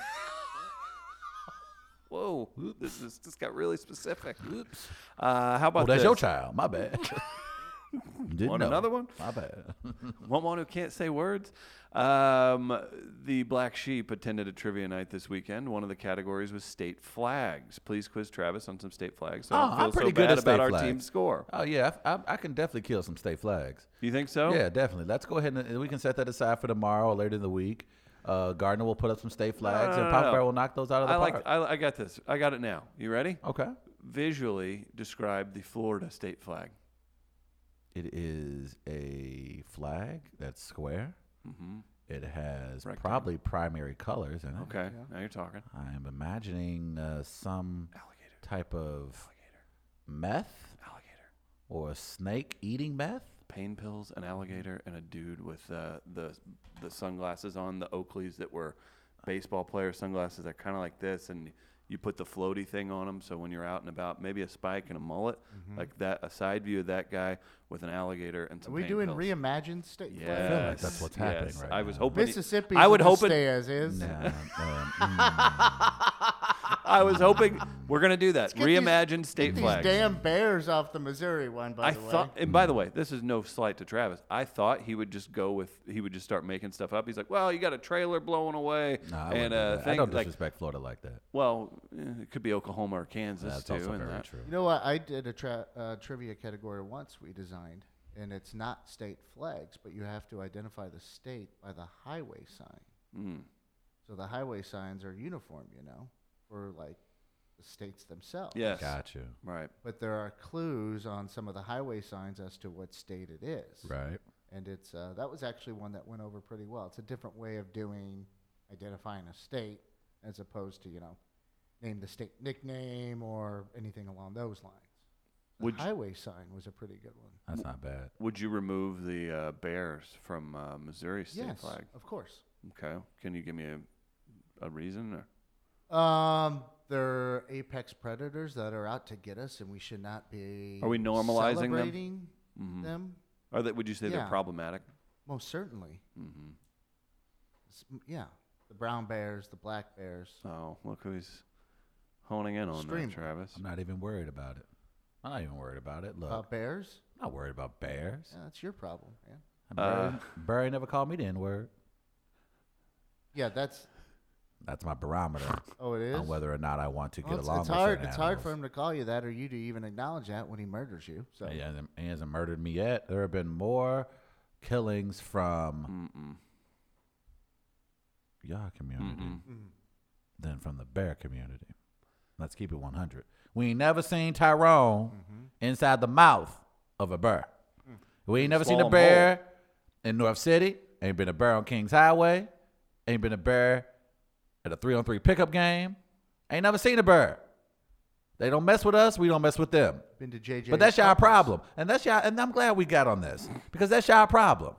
Speaker 2: Whoa, this is, this got really specific. Oops. Uh, how about
Speaker 1: Oh, that's
Speaker 2: this?
Speaker 1: your child. My bad. Didn't
Speaker 2: Want
Speaker 1: know.
Speaker 2: another one?
Speaker 1: My bad.
Speaker 2: One one who can't say words. Um, the black sheep attended a trivia night this weekend. One of the categories was state flags. Please quiz Travis on some state flags. So I
Speaker 1: Oh,
Speaker 2: don't feel
Speaker 1: I'm pretty
Speaker 2: so
Speaker 1: good at
Speaker 2: bad
Speaker 1: state
Speaker 2: about our
Speaker 1: flags.
Speaker 2: team score.
Speaker 1: oh yeah, I, I, I can definitely kill some state flags.
Speaker 2: You think so?
Speaker 1: Yeah, definitely. Let's go ahead and and we can set that aside for tomorrow or later in the week. Uh, Gardner will put up some state flags,
Speaker 2: no,
Speaker 1: and
Speaker 2: no,
Speaker 1: Papa
Speaker 2: no.
Speaker 1: Bear will knock those out of the
Speaker 2: Oh. I
Speaker 1: park.
Speaker 2: like. uh, I, I got this. I got it now. You ready?
Speaker 1: Okay.
Speaker 2: Visually describe the Florida state flag.
Speaker 1: It is a flag that's square.
Speaker 2: hmm
Speaker 1: It has
Speaker 2: Rectangle.
Speaker 1: probably primary colors in it.
Speaker 2: Okay, now you're talking.
Speaker 1: I am imagining uh, some
Speaker 2: Alligator,
Speaker 1: type of
Speaker 2: alligator,
Speaker 1: meth
Speaker 2: alligator.
Speaker 1: or a snake eating meth.
Speaker 2: Pain pills, an alligator, and a dude with uh, the the sunglasses on, the Oakleys that were baseball player sunglasses. They're kind of like this, and you put the floaty thing on them. So when you're out and about, maybe a spike and a mullet, like that, a side view of that guy with an alligator and
Speaker 3: Are
Speaker 2: some.
Speaker 3: we
Speaker 2: pain
Speaker 3: doing
Speaker 2: pills.
Speaker 3: reimagined state flag?
Speaker 2: Yes,
Speaker 1: like that's what's happening
Speaker 2: yes.
Speaker 1: right
Speaker 2: I was
Speaker 1: now.
Speaker 2: hoping.
Speaker 3: Mississippi.
Speaker 2: I would
Speaker 3: gonna
Speaker 2: hope it-
Speaker 3: stay as is.
Speaker 1: Nah, um,
Speaker 2: I was hoping we're gonna do that.
Speaker 3: Get these-
Speaker 2: Reimagine state
Speaker 3: get these
Speaker 2: flags.
Speaker 3: damn bears off the Missouri one. By
Speaker 2: I
Speaker 3: the way,
Speaker 2: thought, and by the way, this is no slight to Travis. I thought he would just go with, he would just start making stuff up. He's like, well, you got a trailer blowing away
Speaker 1: no, I, wouldn't
Speaker 2: and
Speaker 1: do
Speaker 2: a
Speaker 1: that. I
Speaker 2: thing
Speaker 1: don't
Speaker 2: like,
Speaker 1: disrespect Florida like that.
Speaker 2: well, eh, it could be Oklahoma or Kansas
Speaker 1: That's
Speaker 2: too.
Speaker 1: also
Speaker 2: and
Speaker 1: very
Speaker 2: that-
Speaker 1: true.
Speaker 3: you know what? I did a tra- uh, trivia category once we designed, and it's not state flags, but you have to identify the state by the highway sign.
Speaker 2: Mm.
Speaker 3: So the highway signs are uniform, you know, for like the states themselves.
Speaker 2: Yes.
Speaker 1: Got you.
Speaker 2: Right.
Speaker 3: But there are clues on some of the highway signs as to what state it is.
Speaker 1: Right.
Speaker 3: And it's uh, that was actually one that went over pretty well. It's a different way of doing identifying a state as opposed to you know name the state nickname or anything along those lines. The
Speaker 2: Would you-
Speaker 3: highway sign was a pretty good one.
Speaker 1: That's not bad.
Speaker 2: Would you remove the uh, bears from uh, Missouri state
Speaker 3: yes,
Speaker 2: flag?
Speaker 3: of course.
Speaker 2: Okay. Can you give me a, a reason? Or?
Speaker 3: Um, they're apex predators that are out to get us, and we should not be.
Speaker 2: Are we normalizing them? Hmm.
Speaker 3: celebrating them?
Speaker 2: Are they, mm-hmm. would you say they're
Speaker 3: Yeah.
Speaker 2: problematic?
Speaker 3: Most certainly. Mm-hmm. Yeah, the brown bears, the black bears.
Speaker 2: Oh, look who he's honing in on there,
Speaker 3: Streamer.
Speaker 2: Travis.
Speaker 1: I'm not even worried about it. I'm not even worried about it. Look,
Speaker 3: Uh, bears?
Speaker 1: I'm not worried about bears.
Speaker 3: Yeah, that's your problem, man.
Speaker 1: Barry, Barry never called me the N word.
Speaker 3: Yeah, that's.
Speaker 1: That's my barometer
Speaker 3: Oh, it is.
Speaker 1: on whether or not I want to get
Speaker 3: Well, it's,
Speaker 1: along
Speaker 3: it's
Speaker 1: with
Speaker 3: hard.
Speaker 1: certain
Speaker 3: It's hard for
Speaker 1: animals.
Speaker 3: him to call you that, or you to even acknowledge that when he murders you. So
Speaker 1: He hasn't, he hasn't murdered me yet. There have been more killings from y'all community than from the bear community. Let's keep it 100. We ain't never seen Tyrone inside the mouth of a bear. We ain't never seen
Speaker 2: Swallow
Speaker 1: a
Speaker 2: 'em
Speaker 1: bear in North City. Ain't been a bear on Kings Highway. Ain't been a bear at a three on three pickup game. Ain't never seen a bear. They don't mess with us. We don't mess with them.
Speaker 3: been to JJ.
Speaker 1: But that's y'all problem, and that's y'all. And I'm glad we got on this because that's y'all problem.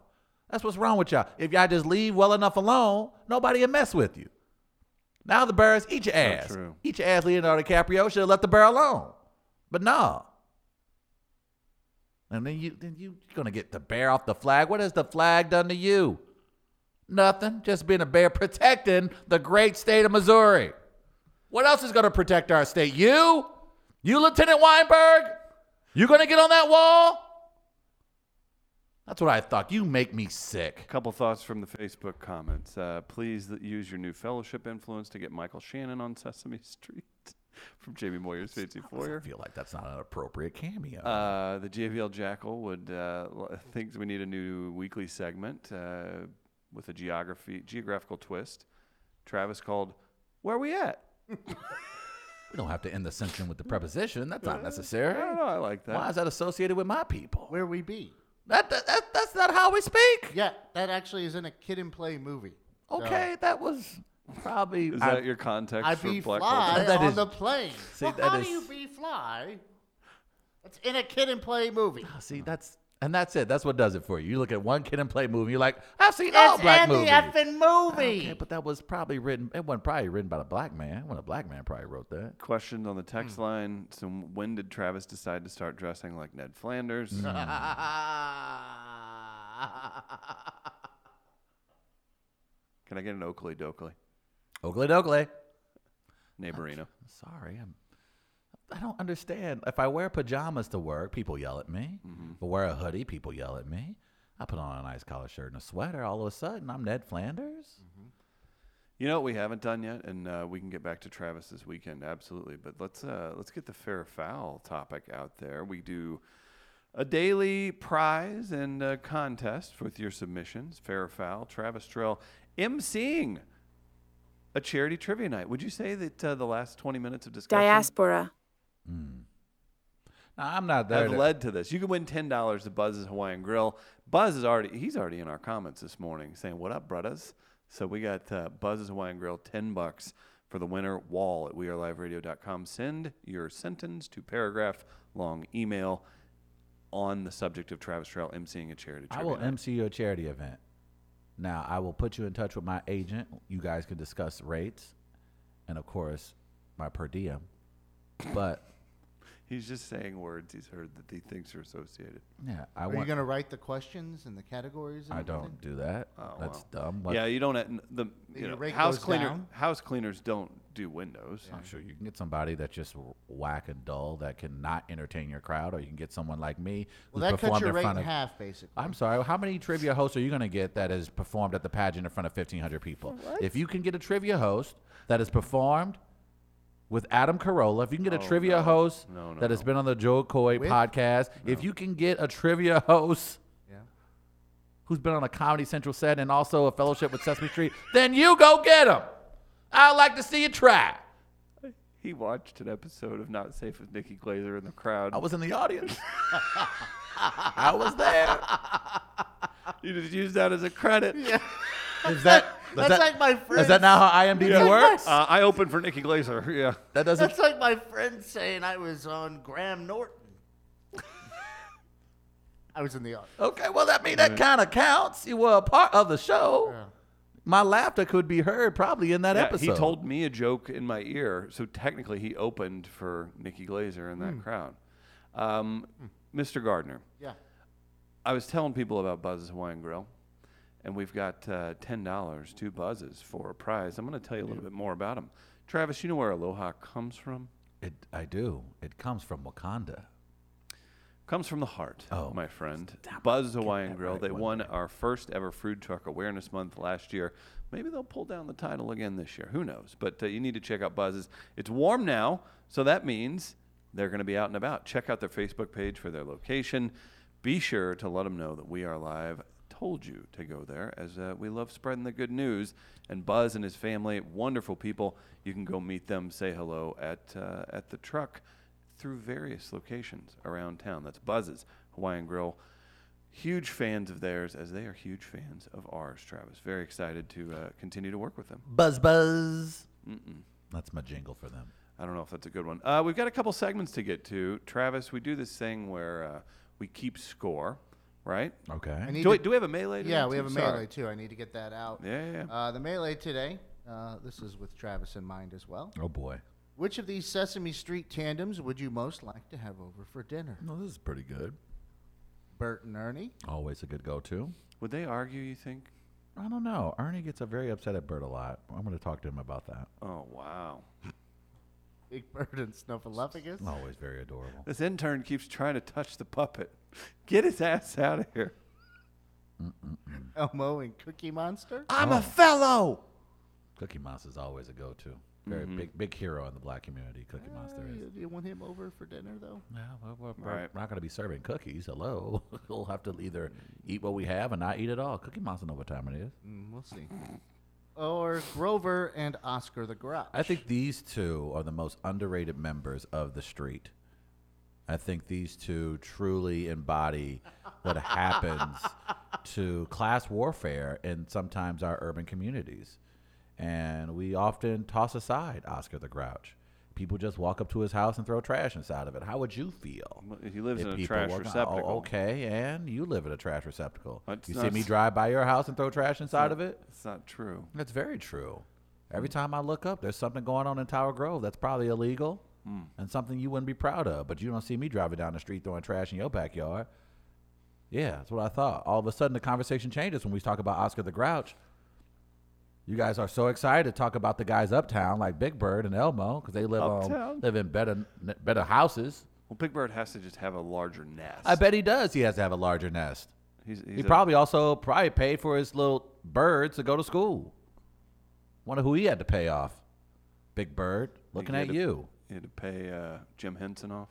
Speaker 1: That's what's wrong with y'all. If y'all just leave well enough alone, nobody will mess with you. Now the Bears eat your ass.
Speaker 2: true.
Speaker 1: Eat your ass, Leonardo DiCaprio should have left the bear alone, but no. And then you then you are gonna get the bear off the flag. What has the flag done to you? Nothing. Just being a bear protecting the great state of Missouri. What else is gonna protect our state? You, you, Lieutenant Weinberg. You gonna get on that wall? That's what I thought. You make me sick.
Speaker 2: couple thoughts from the Facebook comments. Uh, please th- use your new fellowship influence to get Michael Shannon on Sesame Street from Jamie Moyer's Fancy
Speaker 1: I
Speaker 2: Foyer.
Speaker 1: feel like that's not an appropriate cameo.
Speaker 2: Uh, the JVL Jackal would uh, l- thinks we need a new weekly segment uh, with a geography geographical twist. Travis called, "Where we at?"
Speaker 1: we don't have to end the sentence with the preposition. That's not
Speaker 2: Uh, I don't
Speaker 1: necessary.
Speaker 2: know. I like that.
Speaker 1: Why is that associated with my people?
Speaker 3: Where we be?
Speaker 1: That, that, that that's not how we speak.
Speaker 3: Yeah, that actually is in a kid and play movie. So,
Speaker 1: Okay, that was probably.
Speaker 2: Uh, Is
Speaker 1: I-
Speaker 2: that your context
Speaker 3: I
Speaker 2: for
Speaker 3: be
Speaker 2: Black
Speaker 3: fly
Speaker 1: That
Speaker 3: on
Speaker 1: is-
Speaker 3: the plane.
Speaker 1: See,
Speaker 3: well,
Speaker 1: that
Speaker 3: how
Speaker 1: is-
Speaker 3: do you be fly? That's in a kid and play movie.
Speaker 1: see, that's and that's it. That's what does it for you. You look at one kid and play movie. You're like, I've seen all
Speaker 3: That's
Speaker 1: black
Speaker 3: in
Speaker 1: movies.
Speaker 3: the effing movie.
Speaker 1: okay, but that was probably written. It wasn't probably written by a black man. When a black man probably wrote that.
Speaker 2: Questions on the text
Speaker 1: Hmm.
Speaker 2: line. So when did Travis decide to start dressing like Ned Flanders?
Speaker 1: Mm. um,
Speaker 2: Can I get an Oakley Dokley?
Speaker 1: Oakley, Oakley.
Speaker 2: Neighborino.
Speaker 1: sorry, I'm. I don't understand. If I wear pajamas to work, people yell at me.
Speaker 3: Mm-hmm.
Speaker 1: If I wear a hoodie, people yell at me. I put on a nice collar shirt and a sweater. All of a sudden, I'm Ned Flanders.
Speaker 3: Mm-hmm.
Speaker 2: You know what we haven't done yet, and uh, we can get back to Travis this weekend, absolutely. But let's uh, let's get the fair or foul topic out there. We do a daily prize and uh contest with your submissions, fair or foul. Travis Trill emceeing a charity trivia night. Would you say that uh, the last twenty minutes of discussion
Speaker 4: diaspora,
Speaker 1: Now, I'm not there.
Speaker 2: have
Speaker 1: to-
Speaker 2: led to this? You can win ten dollars to Buzz's Hawaiian Grill. Buzz is already he's already in our comments this morning saying, "What up, brothers?" So we got uh, Buzz's Hawaiian Grill, ten bucks for the winner. Wall at weareliveradio.com. Send your sentence to paragraph long email on the subject of Travis Trail emceeing a charity.
Speaker 1: I will
Speaker 2: trivia night.
Speaker 1: MC your charity event. Now, I will put you in touch with my agent. You guys can discuss rates and, of course, my per diem. But,
Speaker 2: He's just saying words he's heard that he thinks are associated.
Speaker 1: yeah, I
Speaker 3: Are you
Speaker 1: want.
Speaker 3: going to write the questions and the categories? And
Speaker 1: I
Speaker 3: everything?
Speaker 1: don't do that.
Speaker 3: Oh,
Speaker 1: That's dumb. But
Speaker 2: Oh, yeah, you don't uh, the you
Speaker 3: your
Speaker 2: know,
Speaker 3: rate
Speaker 2: house
Speaker 3: goes
Speaker 2: cleaner
Speaker 3: down?
Speaker 2: house cleaners don't do windows.
Speaker 1: I'm sure you can get somebody that's just whack and dull that cannot entertain your crowd, or you can get someone like me who
Speaker 3: Well, that cuts
Speaker 1: performed
Speaker 3: your
Speaker 1: in
Speaker 3: rate
Speaker 1: front
Speaker 3: in
Speaker 1: of.
Speaker 3: half, basically.
Speaker 1: I'm sorry. How many trivia hosts are you going to get that has performed at the pageant in front of 1,500 people? If you can get a trivia host that has performed with Adam Carolla, if you can get a trivia host
Speaker 2: Oh, No, no,
Speaker 1: that has been on the Joe Coy
Speaker 3: With?
Speaker 1: podcast, if you can get a trivia host
Speaker 3: Yeah.
Speaker 1: who's been on a Comedy Central set and also a fellowship with Sesame Street, then you go get him. I'd like to see you try.
Speaker 2: He watched an episode of Not Safe with Nikki Glazer in the crowd.
Speaker 1: I was in the audience. I was there.
Speaker 2: you just used that as a credit.
Speaker 1: Is that
Speaker 3: That's
Speaker 1: that,
Speaker 3: like my
Speaker 1: Is that
Speaker 3: friends.
Speaker 1: not how IMDb
Speaker 2: Yeah.
Speaker 1: works?
Speaker 2: Uh, I opened for Nikki Glazer. Yeah.
Speaker 1: that doesn't.
Speaker 3: That's like my friend saying I was on Graham Norton. I was in the audience.
Speaker 1: Okay, well, that mean that kind of counts. You were a part of the show.
Speaker 3: Yeah.
Speaker 1: My laughter could be heard probably in that
Speaker 2: Yeah,
Speaker 1: episode.
Speaker 2: He told me a joke in my ear, so technically he opened for Nikki Glazer in that
Speaker 1: Hmm.
Speaker 2: crowd. Um, Mr. Gardner,
Speaker 3: Yeah.
Speaker 2: I was telling people about Buzz's Hawaiian Grill, and we've got uh, ten dollars, two buzzes for a prize. I'm going to tell you a little bit more about them. Travis, you know where Aloha comes from?
Speaker 1: It, I do. It comes from Wakanda.
Speaker 2: Comes from the heart,
Speaker 1: Oh.
Speaker 2: my friend. Buzz Hawaiian Grill.
Speaker 1: right
Speaker 2: they
Speaker 1: one
Speaker 2: won our first ever Food Truck Awareness Month last year. Maybe they'll pull down the title again this year. Who knows? But uh, you need to check out Buzz's. It's warm now, so that means they're going to be out and about. Check out their Facebook page for their location. Be sure to let them know that we are live. Told you to go there as uh, we love spreading the good news. And Buzz and his family, wonderful people. You can go meet them, say hello at uh, at the truck through various locations around town. That's Buzz's Hawaiian Grill. Huge fans of theirs, as they are huge fans of ours. Travis, very excited to uh, continue to work with them.
Speaker 1: Buzz buzz. That's my jingle for them.
Speaker 2: I don't know if that's a good one. Uh, we've got a couple segments to get to. Travis, we do this thing where uh, we keep score, right?
Speaker 3: I
Speaker 1: Okay.
Speaker 3: need
Speaker 2: Do, we,
Speaker 3: to-
Speaker 2: do we have a melee? to
Speaker 3: yeah,
Speaker 2: do
Speaker 3: we have a
Speaker 2: too? Sorry.
Speaker 3: melee too. I need to get that out.
Speaker 2: Yeah, yeah, yeah.
Speaker 3: Uh, the melee today. Uh, this is with Travis in mind as well.
Speaker 1: Oh boy.
Speaker 3: Which of these Sesame Street tandems would you most like to have over for dinner?
Speaker 1: No, this is pretty good.
Speaker 3: Bert and Ernie.
Speaker 1: Always a good go-to.
Speaker 2: Would they argue? You think?
Speaker 1: I don't know. Ernie gets uh, very upset at Bert a lot. I'm going to talk to him about that.
Speaker 2: Oh wow!
Speaker 3: Big Bird and Snuffleupagus.
Speaker 1: Always very adorable.
Speaker 2: This intern keeps trying to touch the puppet. Get his ass out of here!
Speaker 3: Elmo and Cookie Monster.
Speaker 1: I'm a fellow. Oh. Cookie Monster's always a go-to. Very
Speaker 2: Mm-hmm.
Speaker 1: big, big hero in the black community. Cookie Monster
Speaker 3: Uh,
Speaker 1: is.
Speaker 3: you- you want him over for dinner though?
Speaker 1: Yeah, we're, we're, we're
Speaker 2: Right.
Speaker 1: not going to be serving cookies. Hello, we'll have to either eat what we have and not eat at all. Cookie Monster know what time it is.
Speaker 3: Mm, we'll see. Or Grover and Oscar the Grouch.
Speaker 1: I think these two are the most underrated members of the street. I think these two truly embody what happens to class warfare in sometimes our urban communities. And we often toss aside Oscar the Grouch. People just walk up to his house and throw trash inside of it. How would you feel?
Speaker 2: He lives
Speaker 1: if
Speaker 2: in a
Speaker 1: people
Speaker 2: trash
Speaker 1: walk on-
Speaker 2: receptacle.
Speaker 1: Oh, okay, and you live in a trash receptacle.
Speaker 2: That's
Speaker 1: you see
Speaker 2: not
Speaker 1: me
Speaker 2: s-
Speaker 1: drive by your house and throw trash inside of it?
Speaker 2: It's not true.
Speaker 1: That's very true. Every time I look up, there's something going on in Tower Grove that's probably illegal
Speaker 2: Hmm.
Speaker 1: and something you wouldn't be proud of. But you don't see me driving down the street throwing trash in your backyard. Yeah, that's what I thought. All of a sudden, the conversation changes when we talk about Oscar the Grouch. You guys are so excited to talk about the guys uptown, like Big Bird and Elmo, because they live on
Speaker 2: Uptown?
Speaker 1: live in better better houses.
Speaker 2: Well, Big Bird has to just have a larger nest.
Speaker 1: I bet he does. He has to have a larger nest.
Speaker 2: he's, he's
Speaker 1: He
Speaker 2: a-
Speaker 1: probably also probably paid for his little birds to go to school. Wonder who he had to pay off. Big Bird, looking
Speaker 2: he
Speaker 1: at
Speaker 2: had to-
Speaker 1: you.
Speaker 2: he had to pay uh, Jim Henson off.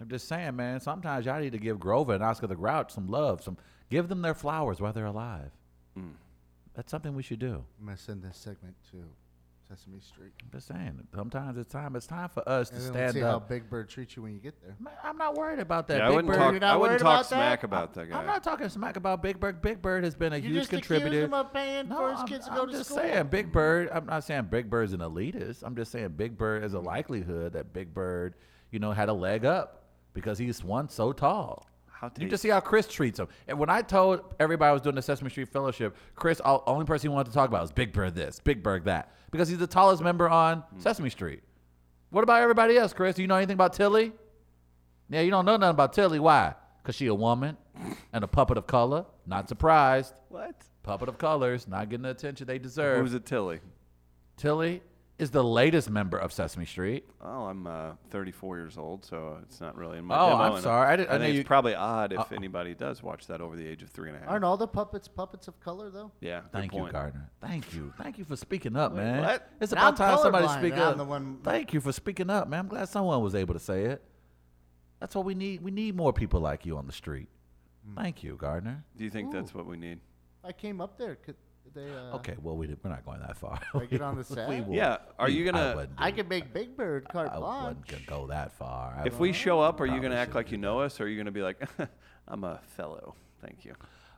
Speaker 1: I'm just saying, man. Sometimes y'all need to give Grover and Oscar the Grouch some love. Some give them their flowers while they're alive.
Speaker 2: Hmm.
Speaker 1: That's something we should do.
Speaker 3: I'm gonna send this segment to Sesame Street.
Speaker 1: I'm just saying. Sometimes it's time. It's time for us to
Speaker 3: And then we'll
Speaker 1: stand
Speaker 3: see how
Speaker 1: up.
Speaker 3: Big Bird treats you when you get there.
Speaker 1: Man, I'm not worried about that.
Speaker 2: Yeah, I
Speaker 1: Big
Speaker 2: wouldn't
Speaker 1: Bird.
Speaker 2: talk.
Speaker 3: You're
Speaker 2: I
Speaker 3: not
Speaker 2: wouldn't
Speaker 3: worried
Speaker 2: talk
Speaker 3: about that?
Speaker 2: smack about that guy.
Speaker 1: I'm not talking smack about Big Bird. Big Bird has been a huge
Speaker 3: just accused
Speaker 1: contributor.
Speaker 3: him of paying for his kids to go to
Speaker 1: just
Speaker 3: school.
Speaker 1: saying Big Bird. I'm not saying Big Bird's an elitist. I'm just saying Big Bird is a likelihood that Big Bird, you know, had a leg up because he's one so tall.
Speaker 2: How
Speaker 1: you
Speaker 2: dare
Speaker 1: just see how Chris treats him. And when I told everybody I was doing the Sesame Street Fellowship, Chris, all, only person he wanted to talk about was Big Bird this, Big Bird that, because he's the tallest member on
Speaker 3: Hmm.
Speaker 1: Sesame Street. What about everybody else, Chris? Do you know anything about Tilly? Yeah, you don't know nothing about Tilly. Why? Because she a woman and a puppet of color. Not surprised.
Speaker 2: What?
Speaker 1: Puppet of colors, not getting the attention they deserve.
Speaker 2: Who's it, Tilly?
Speaker 1: Tilly is the latest member of Sesame Street.
Speaker 2: Oh, I'm uh, 34 years old, so it's not really in my.
Speaker 1: Oh,
Speaker 2: demo,
Speaker 1: I'm
Speaker 2: and
Speaker 1: sorry. I didn't- I
Speaker 2: think
Speaker 1: knew
Speaker 2: it's
Speaker 1: you- Uh,
Speaker 2: probably odd if anybody does watch that over the age of three and a half.
Speaker 3: Aren't all the puppets puppets of color though?
Speaker 2: Yeah. good
Speaker 1: Thank you,
Speaker 2: point.
Speaker 1: Gardner. Thank you. Thank you for speaking up, man.
Speaker 2: what?
Speaker 1: It's
Speaker 3: Now
Speaker 1: about
Speaker 3: I'm
Speaker 1: time somebody
Speaker 3: colorblind,
Speaker 1: speak
Speaker 3: and I'm
Speaker 1: up.
Speaker 3: the one-
Speaker 1: Thank you for speaking up, man. I'm glad someone was able to say it. That's what we need. We need more people
Speaker 3: Hmm.
Speaker 1: like you on the street. Thank you, Gardner.
Speaker 2: Do you think that's what we need?
Speaker 3: If I came up there. Could, they uh,
Speaker 1: Okay, well we did, we're not going that far.
Speaker 3: Like get on the
Speaker 1: We
Speaker 3: set?
Speaker 1: will-
Speaker 2: Yeah, are
Speaker 1: we-
Speaker 2: you gonna-
Speaker 1: I, wouldn't
Speaker 3: I
Speaker 1: do-
Speaker 3: could make Big Bird carte
Speaker 1: I wouldn't
Speaker 3: blanche.
Speaker 1: g- go that far. I
Speaker 2: If
Speaker 1: would-
Speaker 2: we show up, are you
Speaker 1: Probably
Speaker 2: going to act
Speaker 1: shouldn't
Speaker 2: like
Speaker 1: do
Speaker 2: you know us, or are you going to be like, I'm a fellow? Thank you.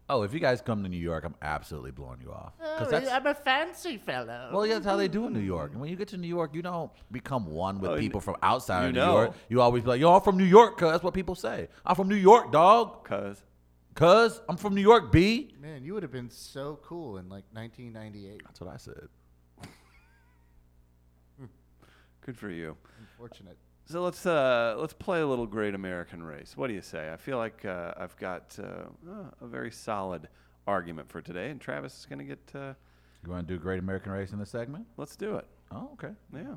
Speaker 1: oh, if you guys come to New York, I'm absolutely blowing you off.
Speaker 3: Oh,
Speaker 1: 'Cause that's-
Speaker 3: I'm a fancy fellow.
Speaker 1: Well, yeah, that's how they do in New York. And when you get to New York, you don't become one with
Speaker 2: Oh, and
Speaker 1: people from outside
Speaker 2: you
Speaker 1: of New York.
Speaker 2: know.
Speaker 1: You always be like, "Yo, I'm from New York, cuz." That's what people say. I'm from New York, dog.
Speaker 2: Because
Speaker 1: Cuz I'm from New York, b.
Speaker 3: Man, you would have been so cool in like 1998.
Speaker 1: That's what I said.
Speaker 2: good for you.
Speaker 3: Unfortunate.
Speaker 2: So let's uh, let's play a little Great American Race. What do you say? I feel like uh, I've got uh, uh, a very solid argument for today, and Travis is going to get. Uh,
Speaker 1: You want to do Great American Race in this segment?
Speaker 2: let's do it.
Speaker 1: Oh, okay.
Speaker 2: Yeah.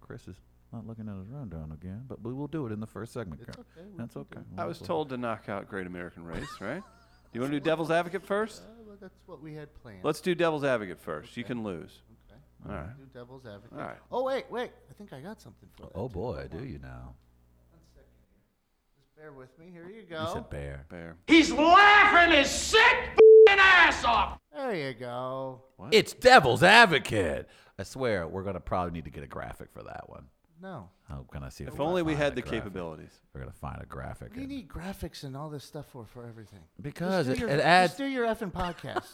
Speaker 1: Chris is not looking at his rundown again, but we will do it in the first segment. Karen. That's okay.
Speaker 2: I was told to knock out Great American Race, right? Do you want to do Devil's Advocate first?
Speaker 3: Uh, well, that's what we had planned.
Speaker 2: Let's do Devil's Advocate first. You can lose.
Speaker 3: okay.
Speaker 2: All right.
Speaker 3: Do Devil's Advocate.
Speaker 2: All right.
Speaker 3: Oh wait, wait. I think I got something for that.
Speaker 1: Oh
Speaker 3: too.
Speaker 1: boy, do you now?
Speaker 3: One second. Just bear with me. Here you
Speaker 1: You
Speaker 3: go.
Speaker 1: said bear.
Speaker 2: Bear.
Speaker 6: He's laughing his sick ass off.
Speaker 3: There you go.
Speaker 1: It's Devil's Advocate. I swear, we're gonna probably need to get a graphic for that one.
Speaker 3: No.
Speaker 1: How can I see?
Speaker 2: If
Speaker 1: can
Speaker 2: only we
Speaker 1: find
Speaker 2: had
Speaker 1: a
Speaker 2: the
Speaker 1: graphic.
Speaker 2: capabilities.
Speaker 1: We're gonna find a graphic.
Speaker 3: What do you
Speaker 1: and-
Speaker 3: need graphics and all this stuff for for everything?
Speaker 1: Because
Speaker 3: Just
Speaker 1: it,
Speaker 3: do your-
Speaker 1: it adds
Speaker 3: Just do your effing podcast.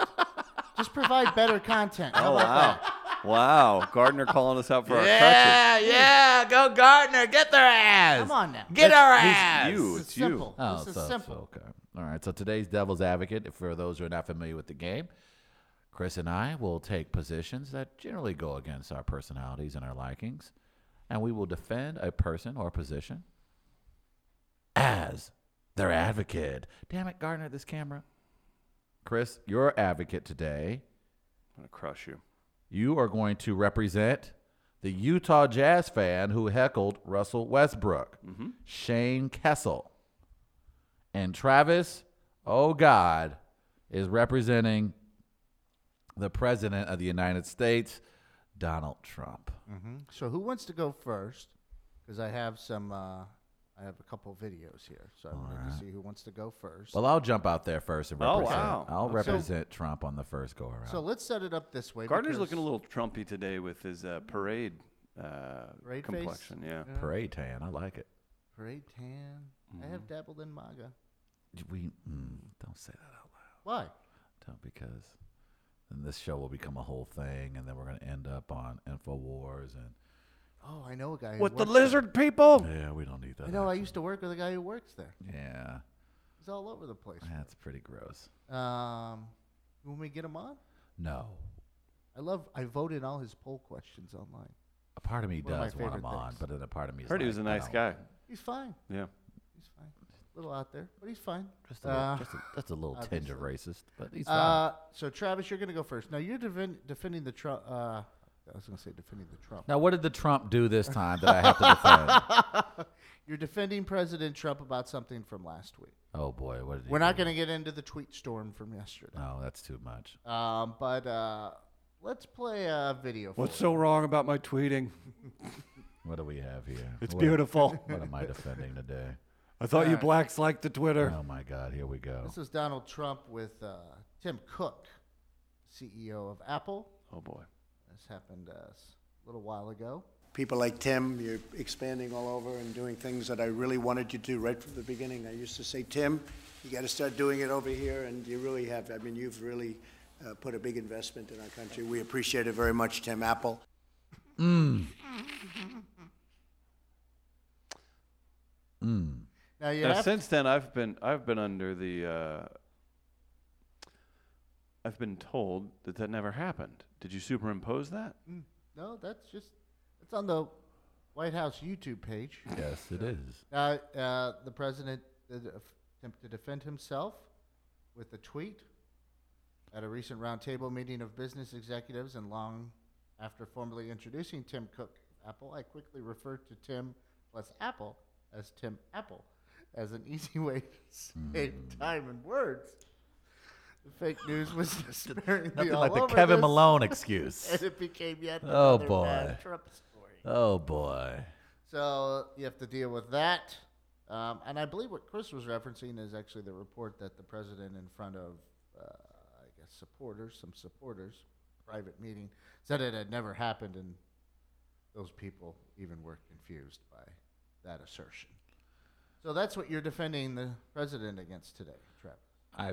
Speaker 3: just provide better content. How
Speaker 2: Oh
Speaker 3: about
Speaker 2: wow,
Speaker 3: that?
Speaker 2: wow! Gardner calling us out for our
Speaker 1: Yeah, yeah, go Gardner, get their ass.
Speaker 3: Come on now.
Speaker 1: get our ass.
Speaker 2: crutches. You,
Speaker 3: This is
Speaker 2: it's you.
Speaker 3: simple.
Speaker 1: Oh,
Speaker 3: this is
Speaker 1: so,
Speaker 3: simple.
Speaker 1: so, okay. All right. So today's devil's advocate, for those who are not familiar with the game, Chris and I will take positions that generally go against our personalities and our likings, and we will defend a person or position as their advocate. Damn it, Gardner, this camera. Chris, your advocate today.
Speaker 2: I'm gonna crush you.
Speaker 1: You are going to represent the Utah Jazz fan who heckled Russell Westbrook,
Speaker 2: Mm-hmm.
Speaker 1: Shane Kessel, and Travis. Oh God, is representing the president of the United States, Donald Trump.
Speaker 3: Mm-hmm. So who wants to go first? Because I have some, uh, I have a couple videos here, so I wanted to see who wants to go first.
Speaker 1: Well, I'll jump out there first and
Speaker 2: Oh,
Speaker 1: represent.
Speaker 2: wow.
Speaker 1: I'll represent Trump on the first go around.
Speaker 3: so let's set it up this way.
Speaker 2: Gardner's
Speaker 3: because-
Speaker 2: looking a little Trumpy today with his uh, parade, uh,
Speaker 3: Parade face?
Speaker 2: complexion. Yeah.
Speaker 1: Parade Mm-hmm. tan, I like it.
Speaker 3: Great tan. I have dabbled in MAGA.
Speaker 1: We mm, don't say that out loud.
Speaker 3: Why?
Speaker 1: Don't because then this show will become a whole thing, and then we're going to end up on Infowars, and
Speaker 3: Oh, I know a guy. who
Speaker 2: With the
Speaker 3: works there.
Speaker 2: lizard people.
Speaker 1: yeah, we don't need that.
Speaker 3: You know, Oh. I used to work with a guy who works there.
Speaker 1: yeah,
Speaker 3: He's all over the place.
Speaker 1: that's pretty gross.
Speaker 3: Um, when we get him on,
Speaker 1: No,
Speaker 3: I love. I voted all his poll questions online.
Speaker 1: a part of me
Speaker 3: One of my
Speaker 1: does want
Speaker 3: favorite
Speaker 1: him on,
Speaker 3: things.
Speaker 1: but then a part of me is
Speaker 2: Heard he
Speaker 1: like,
Speaker 2: was a
Speaker 1: I
Speaker 2: nice
Speaker 1: don't-
Speaker 2: guy.
Speaker 3: He's fine.
Speaker 2: Yeah.
Speaker 3: He's fine. A little out there, but he's fine.
Speaker 1: Just a little,
Speaker 3: Uh,
Speaker 1: just a, that's a little tinge of racist, but he's fine.
Speaker 3: Uh, so Travis, you're going to go first. Now you're defend, defending the Trump. Uh, I was going to say defending the Trump.
Speaker 1: Now, what did the Trump do this time that I have to defend?
Speaker 3: You're defending President Trump about something from last week.
Speaker 1: oh boy, what did he
Speaker 3: We're not
Speaker 1: do?
Speaker 3: going to get into the tweet storm from yesterday.
Speaker 1: No, that's too much.
Speaker 3: Um, but uh, let's play a video. For
Speaker 2: What's
Speaker 3: it.
Speaker 2: so wrong about my tweeting?
Speaker 1: What do we have here?
Speaker 2: It's
Speaker 1: What-
Speaker 2: beautiful.
Speaker 1: What am I defending today?
Speaker 2: I thought you blacks liked the Twitter.
Speaker 1: Oh my God, here we go.
Speaker 3: This is Donald Trump with uh, Tim Cook, CEO of Apple.
Speaker 2: Oh boy.
Speaker 3: This happened uh, s- a little while ago.
Speaker 7: people like Tim, you're expanding all over and doing things that I really wanted you to do right from the beginning. I used to say, Tim, you got to start doing it over here, and you really have. I mean, you've really uh, put a big investment in our country. We appreciate it very much, Tim Apple.
Speaker 3: Now you
Speaker 2: Now,
Speaker 3: have
Speaker 2: since then, I've been I've been under the. Uh, I've been told that that never happened. Did you superimpose that?
Speaker 3: Mm. no. That's just it's on the White House YouTube page.
Speaker 1: Yes, it is.
Speaker 3: Uh, uh, the president did a- attempt to defend himself with a tweet at a recent roundtable meeting of business executives, and long after formally introducing Tim Cook Apple, I quickly referred to Tim plus Apple as Tim Apple as an easy way to save
Speaker 1: Hmm.
Speaker 3: time and words. The fake news was despairingly
Speaker 1: Nothing
Speaker 3: all
Speaker 1: like the
Speaker 3: over
Speaker 1: Kevin
Speaker 3: this,
Speaker 1: Malone excuse.
Speaker 3: and it became yet
Speaker 1: Oh,
Speaker 3: another bad
Speaker 1: boy.
Speaker 3: Trump story.
Speaker 1: oh boy.
Speaker 3: So you have to deal with that. Um, and I believe what Chris was referencing is actually the report that the president, in front of, uh, I guess, a supporter, some supporters, private meeting, said it had never happened, and those people even were confused by that assertion. So that's what you're defending the president against today, Trevor.
Speaker 1: I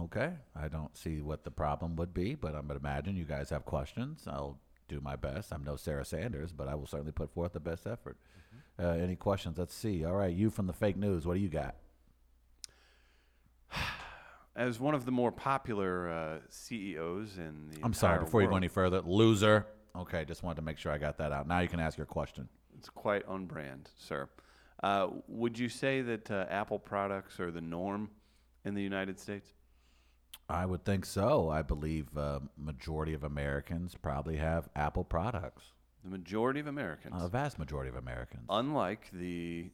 Speaker 1: okay. I don't see what the problem would be, but I'm gonna imagine you guys have questions. I'll do my best. I'm no Sarah Sanders, but I will certainly put forth the best effort. Uh, any questions? Let's see. All right, you from the fake news. What do you got?
Speaker 2: As one of the more popular uh, CEOs in the
Speaker 1: I'm sorry.
Speaker 2: entire
Speaker 1: Before you go
Speaker 2: world,
Speaker 1: any further, loser. Okay, just wanted to make sure I got that out. Now you can ask your question.
Speaker 2: It's quite on brand, sir. Uh, would you say that uh, Apple products are the norm in the United States?
Speaker 1: I would think so. I believe uh, majority of Americans probably have Apple products.
Speaker 2: The majority of Americans,
Speaker 1: A vast majority of Americans.
Speaker 2: unlike the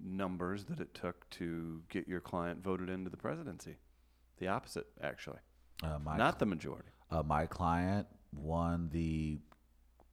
Speaker 2: numbers that it took to get your client voted into the presidency, the opposite, actually.
Speaker 1: Uh, my
Speaker 2: Not the majority.
Speaker 1: Uh, my client won the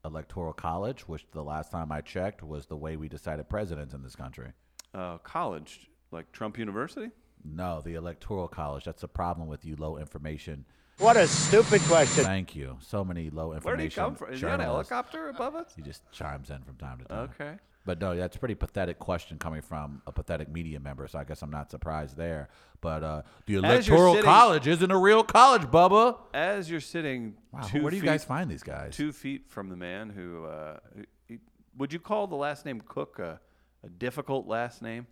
Speaker 1: electoral college, which the last time I checked was the way we decided presidents in this country.
Speaker 2: Uh, college, like Trump University?
Speaker 1: No, the electoral college. That's the problem with you low information.
Speaker 8: What a stupid question.
Speaker 1: Thank you. So many low information.
Speaker 2: Where did he come from? Is there an
Speaker 1: journalists.
Speaker 2: helicopter above us?
Speaker 1: He just chimes in from time to time.
Speaker 2: Okay.
Speaker 1: But no, that's a pretty pathetic question coming from a pathetic media member. So I guess I'm not surprised there. But uh, the
Speaker 2: As you're
Speaker 1: electoral
Speaker 2: sitting-
Speaker 1: college isn't a real college, Bubba.
Speaker 2: As you're sitting
Speaker 1: Wow,
Speaker 2: two
Speaker 1: where do you
Speaker 2: feet
Speaker 1: guys find these guys?
Speaker 2: two feet from the man who, uh, who- he, would you call the last name Cook a, a difficult last name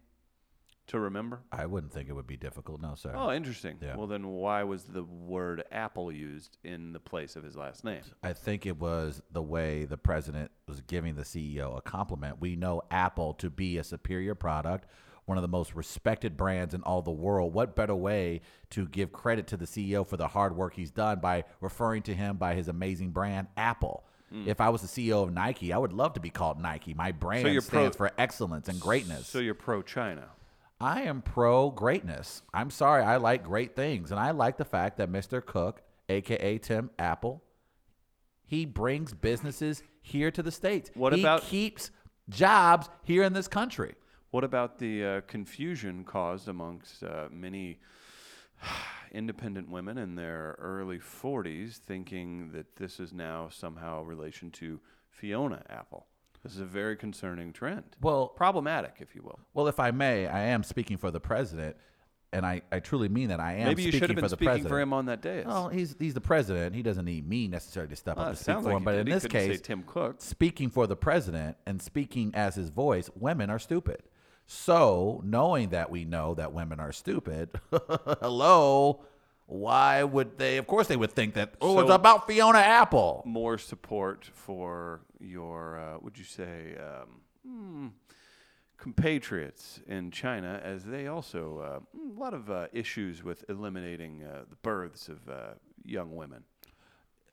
Speaker 2: to remember?
Speaker 1: I wouldn't think it would be difficult. No, sir.
Speaker 2: Oh, interesting.
Speaker 1: Yeah.
Speaker 2: Well, then why was the word apple used in the place of his last name?
Speaker 1: I think it was the way the president was giving the CEO a compliment. We know Apple to be a superior product, one of the most respected brands in all the world. What better way to give credit to the CEO for the hard work he's done by referring to him by his amazing brand, Apple? If I was the CEO of Nike, I would love to be called Nike. My brand
Speaker 2: Hmm. you're pro-
Speaker 1: stands for excellence and greatness.
Speaker 2: So you're pro China.
Speaker 1: I am pro greatness. I'm sorry, I like great things. And I like the fact that Mr. Cook, aka Tim Apple, he brings businesses here to the States.
Speaker 2: What
Speaker 1: he
Speaker 2: about-
Speaker 1: keeps jobs here in this country.
Speaker 2: What about the uh, confusion caused amongst uh, many independent women in their early 40s thinking that this is now somehow a relation to Fiona Apple? This is a very concerning trend.
Speaker 1: Well-
Speaker 2: problematic, if you will.
Speaker 1: Well, if I may, I am speaking for the president, and I, I truly mean that I am
Speaker 2: Maybe you
Speaker 1: speaking
Speaker 2: should
Speaker 1: for
Speaker 2: have been
Speaker 1: the
Speaker 2: speaking
Speaker 1: president.
Speaker 2: for him on that dais.
Speaker 1: Well, he's he's the president. He doesn't need me necessarily to step
Speaker 2: Ah,
Speaker 1: up
Speaker 2: it
Speaker 1: and speak
Speaker 2: sounds
Speaker 1: for him.
Speaker 2: like he
Speaker 1: But
Speaker 2: did.
Speaker 1: in
Speaker 2: He
Speaker 1: this
Speaker 2: couldn't say
Speaker 1: case,
Speaker 2: Tim Cook.
Speaker 1: speaking for the president and speaking as his voice, women are stupid. So knowing that we know that women are stupid, hello, why would they? Of course, they would think that. Oh, it's
Speaker 2: So-
Speaker 1: about Fiona Apple.
Speaker 2: more support for your, uh, would you say, um, hmm, compatriots in China, as they also uh, a lot of uh, issues with eliminating uh, the births of uh, young women.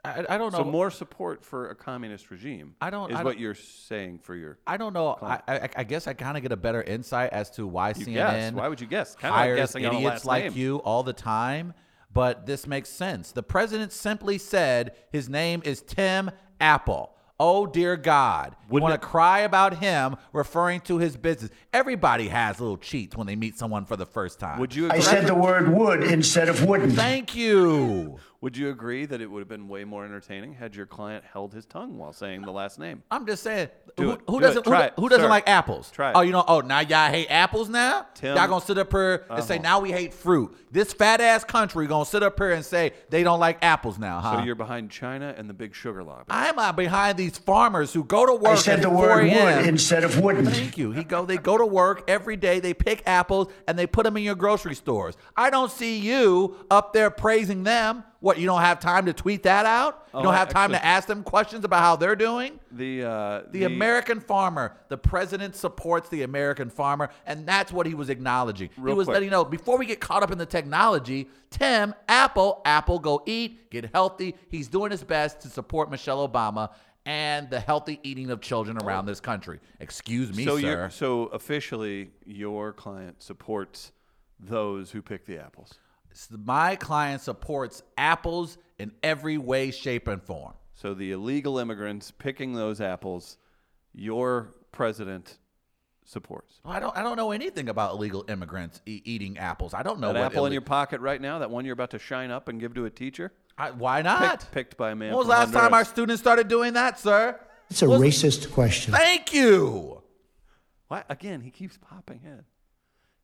Speaker 1: I, I don't know.
Speaker 2: So more support for a communist regime.
Speaker 1: I don't-
Speaker 2: is
Speaker 1: I
Speaker 2: what
Speaker 1: don't-
Speaker 2: you're saying for your.
Speaker 1: I don't know. I, I, I guess I kind of get a better insight as to why
Speaker 2: You
Speaker 1: CNN
Speaker 2: guess. Why would you guess? Kinda like
Speaker 1: hires
Speaker 2: guessing on a
Speaker 1: idiots
Speaker 2: last
Speaker 1: like
Speaker 2: name.
Speaker 1: you all the time. But this makes sense. The president simply said his name is Tim Apple. Oh dear God! You
Speaker 2: Wouldn't
Speaker 1: want
Speaker 2: it-
Speaker 1: to cry about him referring to his business? Everybody has little cheats when they meet someone for the first time.
Speaker 2: Would you
Speaker 8: I
Speaker 2: agree,
Speaker 8: said the word would instead of wouldn't.
Speaker 1: Thank you.
Speaker 2: would you agree that it would have been way more entertaining had your client held his tongue while saying the last name?
Speaker 1: I'm just saying.
Speaker 2: Do
Speaker 1: who,
Speaker 2: it.
Speaker 1: who
Speaker 2: Do it.
Speaker 1: doesn't?
Speaker 2: Try
Speaker 1: who,
Speaker 2: it.
Speaker 1: who doesn't
Speaker 2: Sir,
Speaker 1: like apples?
Speaker 2: try it.
Speaker 1: Oh, you know. Oh, now y'all hate apples now.
Speaker 2: Tim-
Speaker 1: y'all gonna sit up here and say
Speaker 2: Uh-huh.
Speaker 1: now we hate fruit. This fat ass country gonna sit up here and say they don't like apples now, huh?
Speaker 2: So you're behind China and the big sugar lobby.
Speaker 1: I'm uh, behind these farmers who go to work.
Speaker 8: I said
Speaker 1: at
Speaker 8: the
Speaker 1: 4
Speaker 8: word
Speaker 1: a.m.
Speaker 8: would instead of wouldn't.
Speaker 1: Thank you. He go. They go to work every day. They pick apples and they put them in your grocery stores. I don't see you up there praising them. What? You don't have time to tweet that out. You
Speaker 2: Oh,
Speaker 1: don't have time to
Speaker 2: actually-
Speaker 1: ask them questions about how they're doing.
Speaker 2: the uh,
Speaker 1: The, American farmer. The president supports the American farmer, and that's what he was acknowledging.
Speaker 2: Real
Speaker 1: he was
Speaker 2: quick.
Speaker 1: letting you know before we get caught up in the technology. Tim, Apple, Apple, go eat, get healthy. He's doing his best to support Michelle Obama and the healthy eating of children around this country. Excuse me,
Speaker 2: Oh. so
Speaker 1: sir.
Speaker 2: you're so officially your client supports those who pick the apples.
Speaker 1: S- My client supports apples in every way, shape, and form.
Speaker 2: So the illegal immigrants picking those apples, your president supports.
Speaker 1: I don't. I don't know anything about illegal immigrants e- eating apples. I don't know
Speaker 2: That
Speaker 1: what
Speaker 2: apple in
Speaker 1: illi-
Speaker 2: your pocket right now, that one you're about to shine up and give to a teacher.
Speaker 1: I, why not?
Speaker 2: Picked- picked by a man
Speaker 1: When was
Speaker 2: from
Speaker 1: last time our
Speaker 2: Honduras.
Speaker 1: students started doing that, sir?
Speaker 8: It's a
Speaker 1: Well,
Speaker 8: racist question.
Speaker 1: Thank you.
Speaker 2: Why again? He keeps popping in.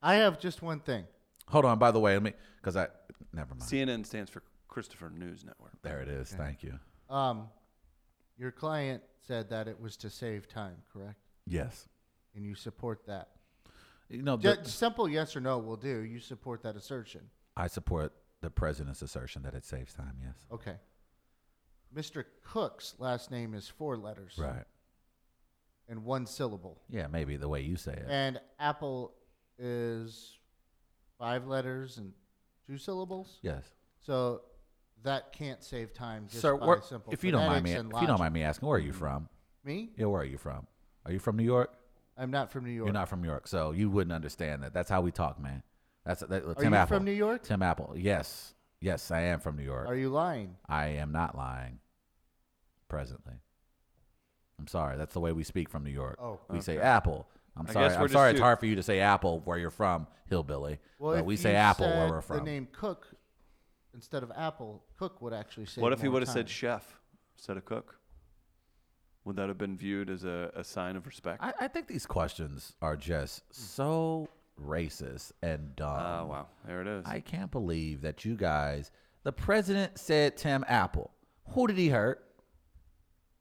Speaker 3: I have just one thing.
Speaker 1: Hold on. By the way, let me because I never mind.
Speaker 2: CNN stands for Christopher News Network.
Speaker 1: there it is. Thank you.
Speaker 3: Um, your client said that it was to save time, correct?
Speaker 1: Yes.
Speaker 3: And you support that.
Speaker 1: You know,
Speaker 3: Ju-
Speaker 1: the-
Speaker 3: simple yes or no will do. You support that assertion.
Speaker 1: I support the president's assertion that it saves time. Yes.
Speaker 3: Okay. Mr. Cook's last name is four letters
Speaker 1: Right.
Speaker 3: and one syllable.
Speaker 1: Yeah, maybe the way you say it.
Speaker 3: And Apple is five letters and two syllables.
Speaker 1: yes.
Speaker 3: So that can't save time just
Speaker 1: Sir,
Speaker 3: by
Speaker 1: where,
Speaker 3: simple
Speaker 1: if you don't mind me,
Speaker 3: phonetics
Speaker 1: if
Speaker 3: and
Speaker 1: you don't
Speaker 3: logic. Mm-hmm.
Speaker 1: mind me asking, where are you from?
Speaker 3: Me?
Speaker 1: Yeah, where are you from? Are you from New York?
Speaker 3: I'm not from New York.
Speaker 1: You're not from New York, so you wouldn't understand that. That's how we talk, man. That's that, Tim
Speaker 3: you
Speaker 1: Apple.
Speaker 3: from New York?
Speaker 1: Tim Apple. Yes, yes, I am from New York.
Speaker 3: Are you lying?
Speaker 1: I am not lying. Presently, I'm sorry. That's the way we speak from New York.
Speaker 3: Oh.
Speaker 1: we say Apple. I'm
Speaker 2: I
Speaker 1: sorry.
Speaker 2: guess we're
Speaker 1: I'm sorry.
Speaker 2: just
Speaker 1: It's
Speaker 2: two-
Speaker 1: hard for you to say Apple where you're from, hillbilly. but
Speaker 3: if
Speaker 1: we
Speaker 3: you
Speaker 1: say Apple where
Speaker 3: said
Speaker 1: we're from.
Speaker 3: The name Cook instead of Apple, Cook would actually say.
Speaker 2: What if he would have said chef instead of cook? Would that have been viewed as a, a sign of respect?
Speaker 1: I, I think these questions are just so racist and dumb.
Speaker 2: Ah, wow. There it is.
Speaker 1: I can't believe that you guys. The president said Tim Apple. Who did he hurt?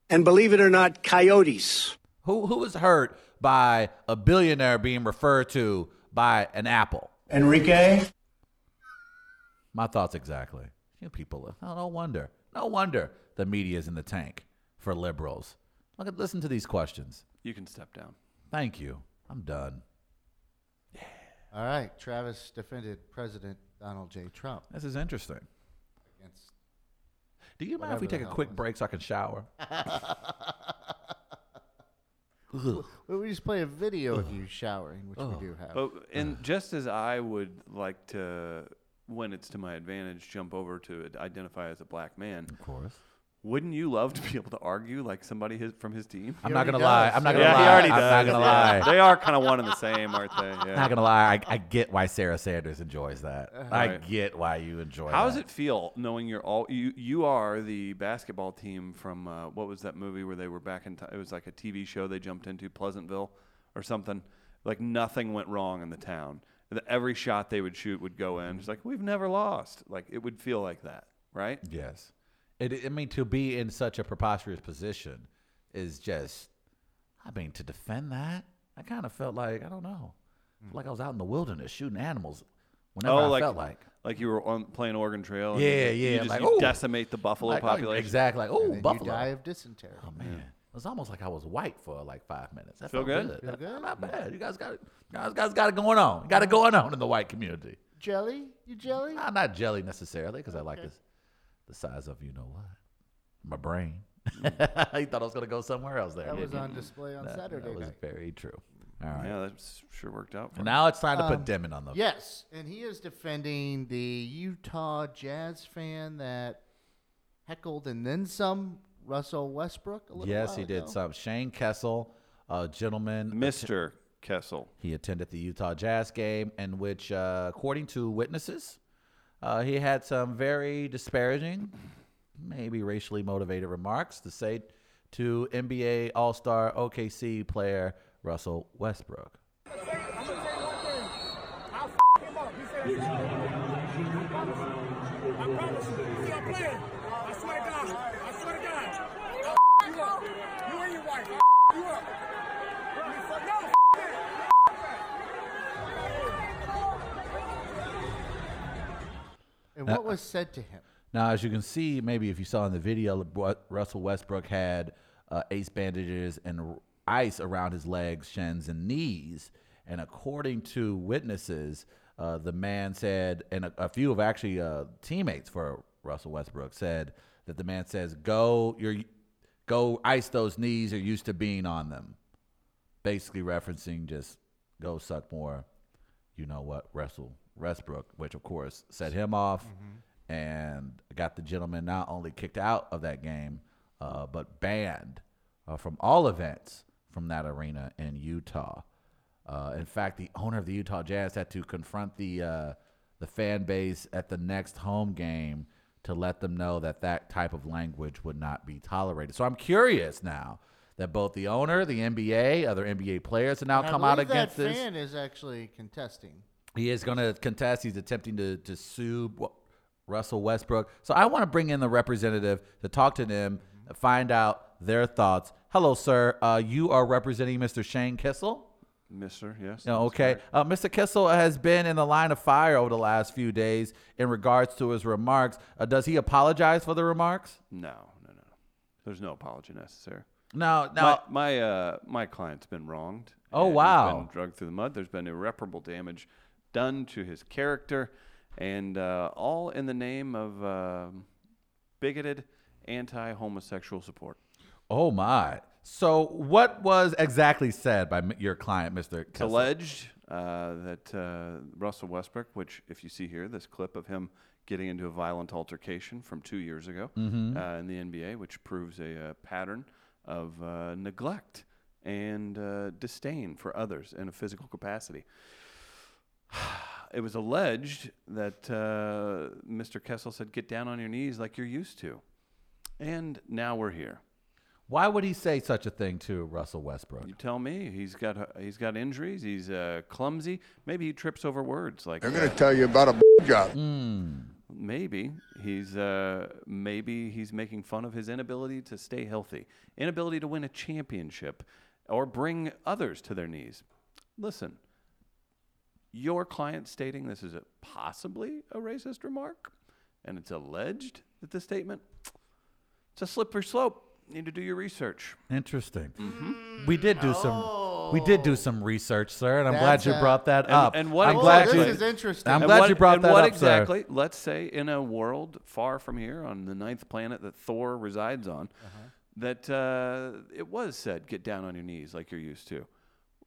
Speaker 7: And believe it or not, coyotes.
Speaker 1: Who who was hurt by a billionaire being referred to by an apple?
Speaker 8: Enrique?
Speaker 1: My thoughts exactly. You people, oh, no wonder, no wonder the media is in the tank for liberals. Look at listen to these questions.
Speaker 2: you can step down.
Speaker 1: Thank you. I'm done.
Speaker 3: All right, Travis defended President Donald J. Trump
Speaker 1: This is interesting.
Speaker 3: against.
Speaker 1: Do you mind if we
Speaker 3: Whatever the
Speaker 1: take a
Speaker 3: hell
Speaker 1: quick
Speaker 3: it was.
Speaker 1: break so I can shower? Ugh.
Speaker 3: Well, we just play a video of you showering, which we do have.
Speaker 1: Oh,
Speaker 2: But and just as I would like to, when it's to my advantage, jump over to identify as a black man.
Speaker 1: Of course.
Speaker 2: Wouldn't you love to be able to argue like somebody his, from his team?
Speaker 1: I'm not gonna
Speaker 3: already
Speaker 1: lie.
Speaker 3: does.
Speaker 1: I'm not gonna
Speaker 2: yeah,
Speaker 1: lie.
Speaker 2: he already
Speaker 1: I'm
Speaker 2: does.
Speaker 1: not gonna
Speaker 2: yeah.
Speaker 1: lie.
Speaker 2: They are kind of one and the same, aren't they? Yeah.
Speaker 1: Not gonna lie, I, I get why Sarah Sanders enjoys that. I
Speaker 2: Right.
Speaker 1: get why you enjoy.
Speaker 2: How
Speaker 1: that.
Speaker 2: does it feel knowing you're all you? You are the basketball team from uh, what was that movie where they were back in? time? It was like a TV show they jumped into Pleasantville or something. Like nothing went wrong in the town. The- Every shot they would shoot would go
Speaker 1: Mm-hmm.
Speaker 2: in. It's like we've never lost. Like it would feel like that, right?
Speaker 1: Yes. It, I mean, to be in such a preposterous position is just, I mean, to defend that, I kind of felt like, I don't know, like I was out in the wilderness shooting animals whenever I
Speaker 2: Oh, like
Speaker 1: felt like.
Speaker 2: like you were on playing Oregon Trail. and
Speaker 1: Yeah,
Speaker 2: you, You
Speaker 1: yeah,
Speaker 2: just
Speaker 1: like,
Speaker 2: you
Speaker 1: ooh.
Speaker 2: decimate the buffalo
Speaker 1: Like, oh,
Speaker 2: population.
Speaker 1: Exactly. Like,
Speaker 3: and
Speaker 1: oh,
Speaker 3: then
Speaker 1: buffalo.
Speaker 3: you die of dysentery.
Speaker 1: oh, man. It was almost like I was white for like five minutes. That
Speaker 2: Feel
Speaker 1: felt
Speaker 2: good?
Speaker 1: That- Not bad. You guys got it. Guys, guys got it going on. You got it going on in the white community.
Speaker 3: Jelly? You jelly?
Speaker 1: Nah, not jelly necessarily, because I like this, the size of you know what, my brain. you thought I was gonna go somewhere else there.
Speaker 3: Mm. That was
Speaker 1: didn't you?
Speaker 3: on display on
Speaker 1: That-
Speaker 3: Saturday
Speaker 1: That was
Speaker 3: night.
Speaker 1: very true. All right.
Speaker 2: Yeah, that's sure worked out. For
Speaker 1: And
Speaker 2: me.
Speaker 1: now it's time to
Speaker 3: Um,
Speaker 1: put Demon on the.
Speaker 3: Yes, and he is defending the Utah Jazz fan that heckled and then some Russell Westbrook. A little
Speaker 1: yes,
Speaker 3: while
Speaker 1: he
Speaker 3: ago.
Speaker 1: did some. Shane Kessel, a gentleman.
Speaker 2: Mr. Kessel.
Speaker 1: He attended the Utah Jazz game, in which, uh, according to witnesses, uh, he had some very disparaging, maybe racially motivated remarks to say to NBA All Star OKC player Russell Westbrook.
Speaker 3: And what was said to him?
Speaker 1: Now, as you can see, maybe if you saw in the video, Lebr- Russell Westbrook had uh, ace bandages and r- ice around his legs, shins, and knees. And according to witnesses, uh, the man said, and a, a few of actually uh, teammates for Russell Westbrook said that the man says, "Go, you're, go ice those knees. You're used to being on them." Basically, referencing just go suck more you know what, Russell Westbrook, which of course set him off and got the gentleman not only kicked out of that game, uh, but banned uh, from all events from that arena in Utah. Uh, in fact, the owner of the Utah Jazz had to confront the uh, the fan base at the next home game to let them know that that type of language would not be tolerated. So I'm curious now that both the owner, the NBA, other NBA players, and now
Speaker 3: And I
Speaker 1: come out
Speaker 3: believe
Speaker 1: against
Speaker 3: that
Speaker 1: this.
Speaker 3: fan is actually contesting.
Speaker 1: He is going to contest. He's attempting to, to sue Wa- Russell Westbrook. So I want to bring in the representative to talk to them, find out their thoughts. Hello, sir. Uh, you are representing Mr. Shane Kissel.
Speaker 2: Mister, yes.
Speaker 1: No,
Speaker 2: that's
Speaker 1: okay.
Speaker 2: correct.
Speaker 1: Uh, Mr. Kissel has been in the line of fire over the last few days in regards to his remarks. Uh, does he apologize for the remarks?
Speaker 2: No, no, no. There's no apology necessary.
Speaker 1: No, no.
Speaker 2: my my, uh, my client's been wronged.
Speaker 1: Oh,
Speaker 2: and he's
Speaker 1: wow.
Speaker 2: been drugged through the mud. There's been irreparable damage done to his character, and uh, all in the name of um bigoted anti-homosexual support.
Speaker 1: oh my. So what was exactly said by m- your client, Mr.
Speaker 2: It's
Speaker 1: Kissel?
Speaker 2: alleged uh, that uh, Russell Westbrook, which if you see here, this clip of him getting into a violent altercation from two years ago uh, in the NBA, which proves a uh, pattern of uh, neglect and uh, disdain for others in a physical capacity. It was alleged that uh, Mr. Kessel said, "Get down on your knees like you're used to," and now we're here.
Speaker 1: Why would he say such a thing to Russell Westbrook?
Speaker 2: You tell me. He's got he's got injuries. He's uh, clumsy. Maybe he trips over words. Like
Speaker 9: They're
Speaker 2: uh,
Speaker 9: going to tell you about a job.
Speaker 2: maybe he's uh, maybe he's making fun of his inability to stay healthy, inability to win a championship, or bring others to their knees. Listen, your client stating this is a, possibly a racist remark, and it's alleged that the statement. It's a slippery slope. Need to do your research.
Speaker 1: Interesting.
Speaker 2: Mm-hmm.
Speaker 1: We did do some. We did do some research, sir, and I'm
Speaker 3: That's
Speaker 1: glad you
Speaker 3: a-
Speaker 1: brought that
Speaker 2: Oh. And-
Speaker 1: up.
Speaker 2: and what
Speaker 1: I'm
Speaker 2: Oh,
Speaker 1: glad
Speaker 2: exactly-
Speaker 1: you,
Speaker 3: this is interesting.
Speaker 1: I'm
Speaker 2: And
Speaker 1: glad
Speaker 2: what-
Speaker 1: you brought
Speaker 2: and
Speaker 1: that
Speaker 2: what
Speaker 1: up, sir.
Speaker 2: exactly? Let's say in a world far from here, on the ninth planet that Thor resides on,
Speaker 1: Uh-huh.
Speaker 2: that uh, it was said, "Get down on your knees like you're used to."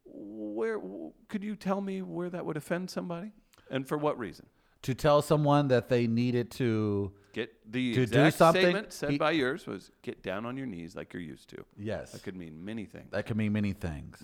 Speaker 2: Where w- could you tell me where that would offend somebody, and for what reason?
Speaker 1: to tell someone that they needed to.
Speaker 2: Get the
Speaker 1: To do
Speaker 2: exact
Speaker 1: something,
Speaker 2: statement said
Speaker 1: he-
Speaker 2: by yours was, "Get down on your knees like you're used to."
Speaker 1: Yes,
Speaker 2: That could mean many things.
Speaker 1: that could mean many things.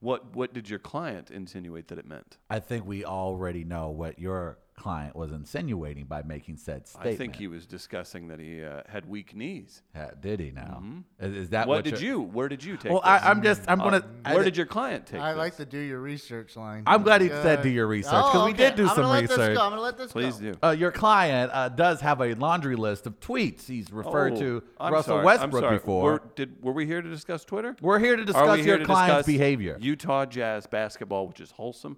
Speaker 2: What What did your client insinuate that it meant?
Speaker 1: I think we already know what your client was insinuating by making said statement.
Speaker 2: I think he was discussing that he uh, had weak knees.
Speaker 1: Ha- did. He now is, is that
Speaker 2: Mm-hmm. What did
Speaker 1: you're-
Speaker 2: you? Where did you take?
Speaker 1: Well, I,
Speaker 2: this?
Speaker 1: I'm just. I'm gonna.
Speaker 2: Uh,
Speaker 1: I-
Speaker 2: where did your client take
Speaker 3: I
Speaker 2: this?
Speaker 3: like the do your research line.
Speaker 1: I'm glad he said do your research, 'cause we did do
Speaker 3: I'm
Speaker 1: some
Speaker 3: gonna Let
Speaker 1: research.
Speaker 3: this go. I'm gonna let this
Speaker 2: Please
Speaker 3: go.
Speaker 2: do.
Speaker 1: Uh, your client uh, does have a laundry list of tweets he's referred
Speaker 2: Oh,
Speaker 1: to
Speaker 2: I'm
Speaker 1: Russell
Speaker 2: sorry, I'm
Speaker 1: Westbrook
Speaker 2: sorry.
Speaker 1: before.
Speaker 2: Were, did, were we here to discuss Twitter?
Speaker 1: We're here to discuss
Speaker 2: Are we here
Speaker 1: your
Speaker 2: to
Speaker 1: client's
Speaker 2: discuss
Speaker 1: behavior.
Speaker 2: Utah Jazz basketball, which is wholesome.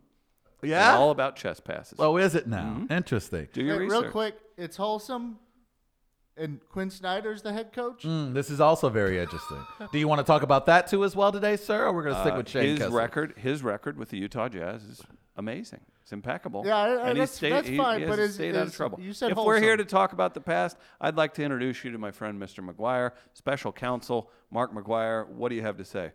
Speaker 2: and
Speaker 1: Yeah?
Speaker 2: all Mm-hmm. about chess passes.
Speaker 1: oh, is it now? Interesting.
Speaker 2: Do your
Speaker 3: Hey,
Speaker 2: research.
Speaker 3: real quick, it's wholesome, and Quinn Snyder's the head coach.
Speaker 1: Mm, this is also very interesting. Do you want to talk about that too as well today, sir? Or we're going to stick
Speaker 2: Uh,
Speaker 1: with Shane
Speaker 2: his
Speaker 1: Kessler?
Speaker 2: record, his record with the Utah Jazz is amazing. It's impeccable.
Speaker 3: Yeah, I- I-
Speaker 2: and he's
Speaker 3: that's-
Speaker 2: stayed,
Speaker 3: that's
Speaker 2: he,
Speaker 3: fine,
Speaker 2: he
Speaker 3: but
Speaker 2: has
Speaker 3: is-
Speaker 2: stayed out of
Speaker 3: is-
Speaker 2: trouble.
Speaker 3: you said
Speaker 2: if we're here
Speaker 3: wholesome.
Speaker 2: to talk about the past, I'd like to introduce you to my friend Mr. McGuire, special counsel Mark McGuire. What do you have to say?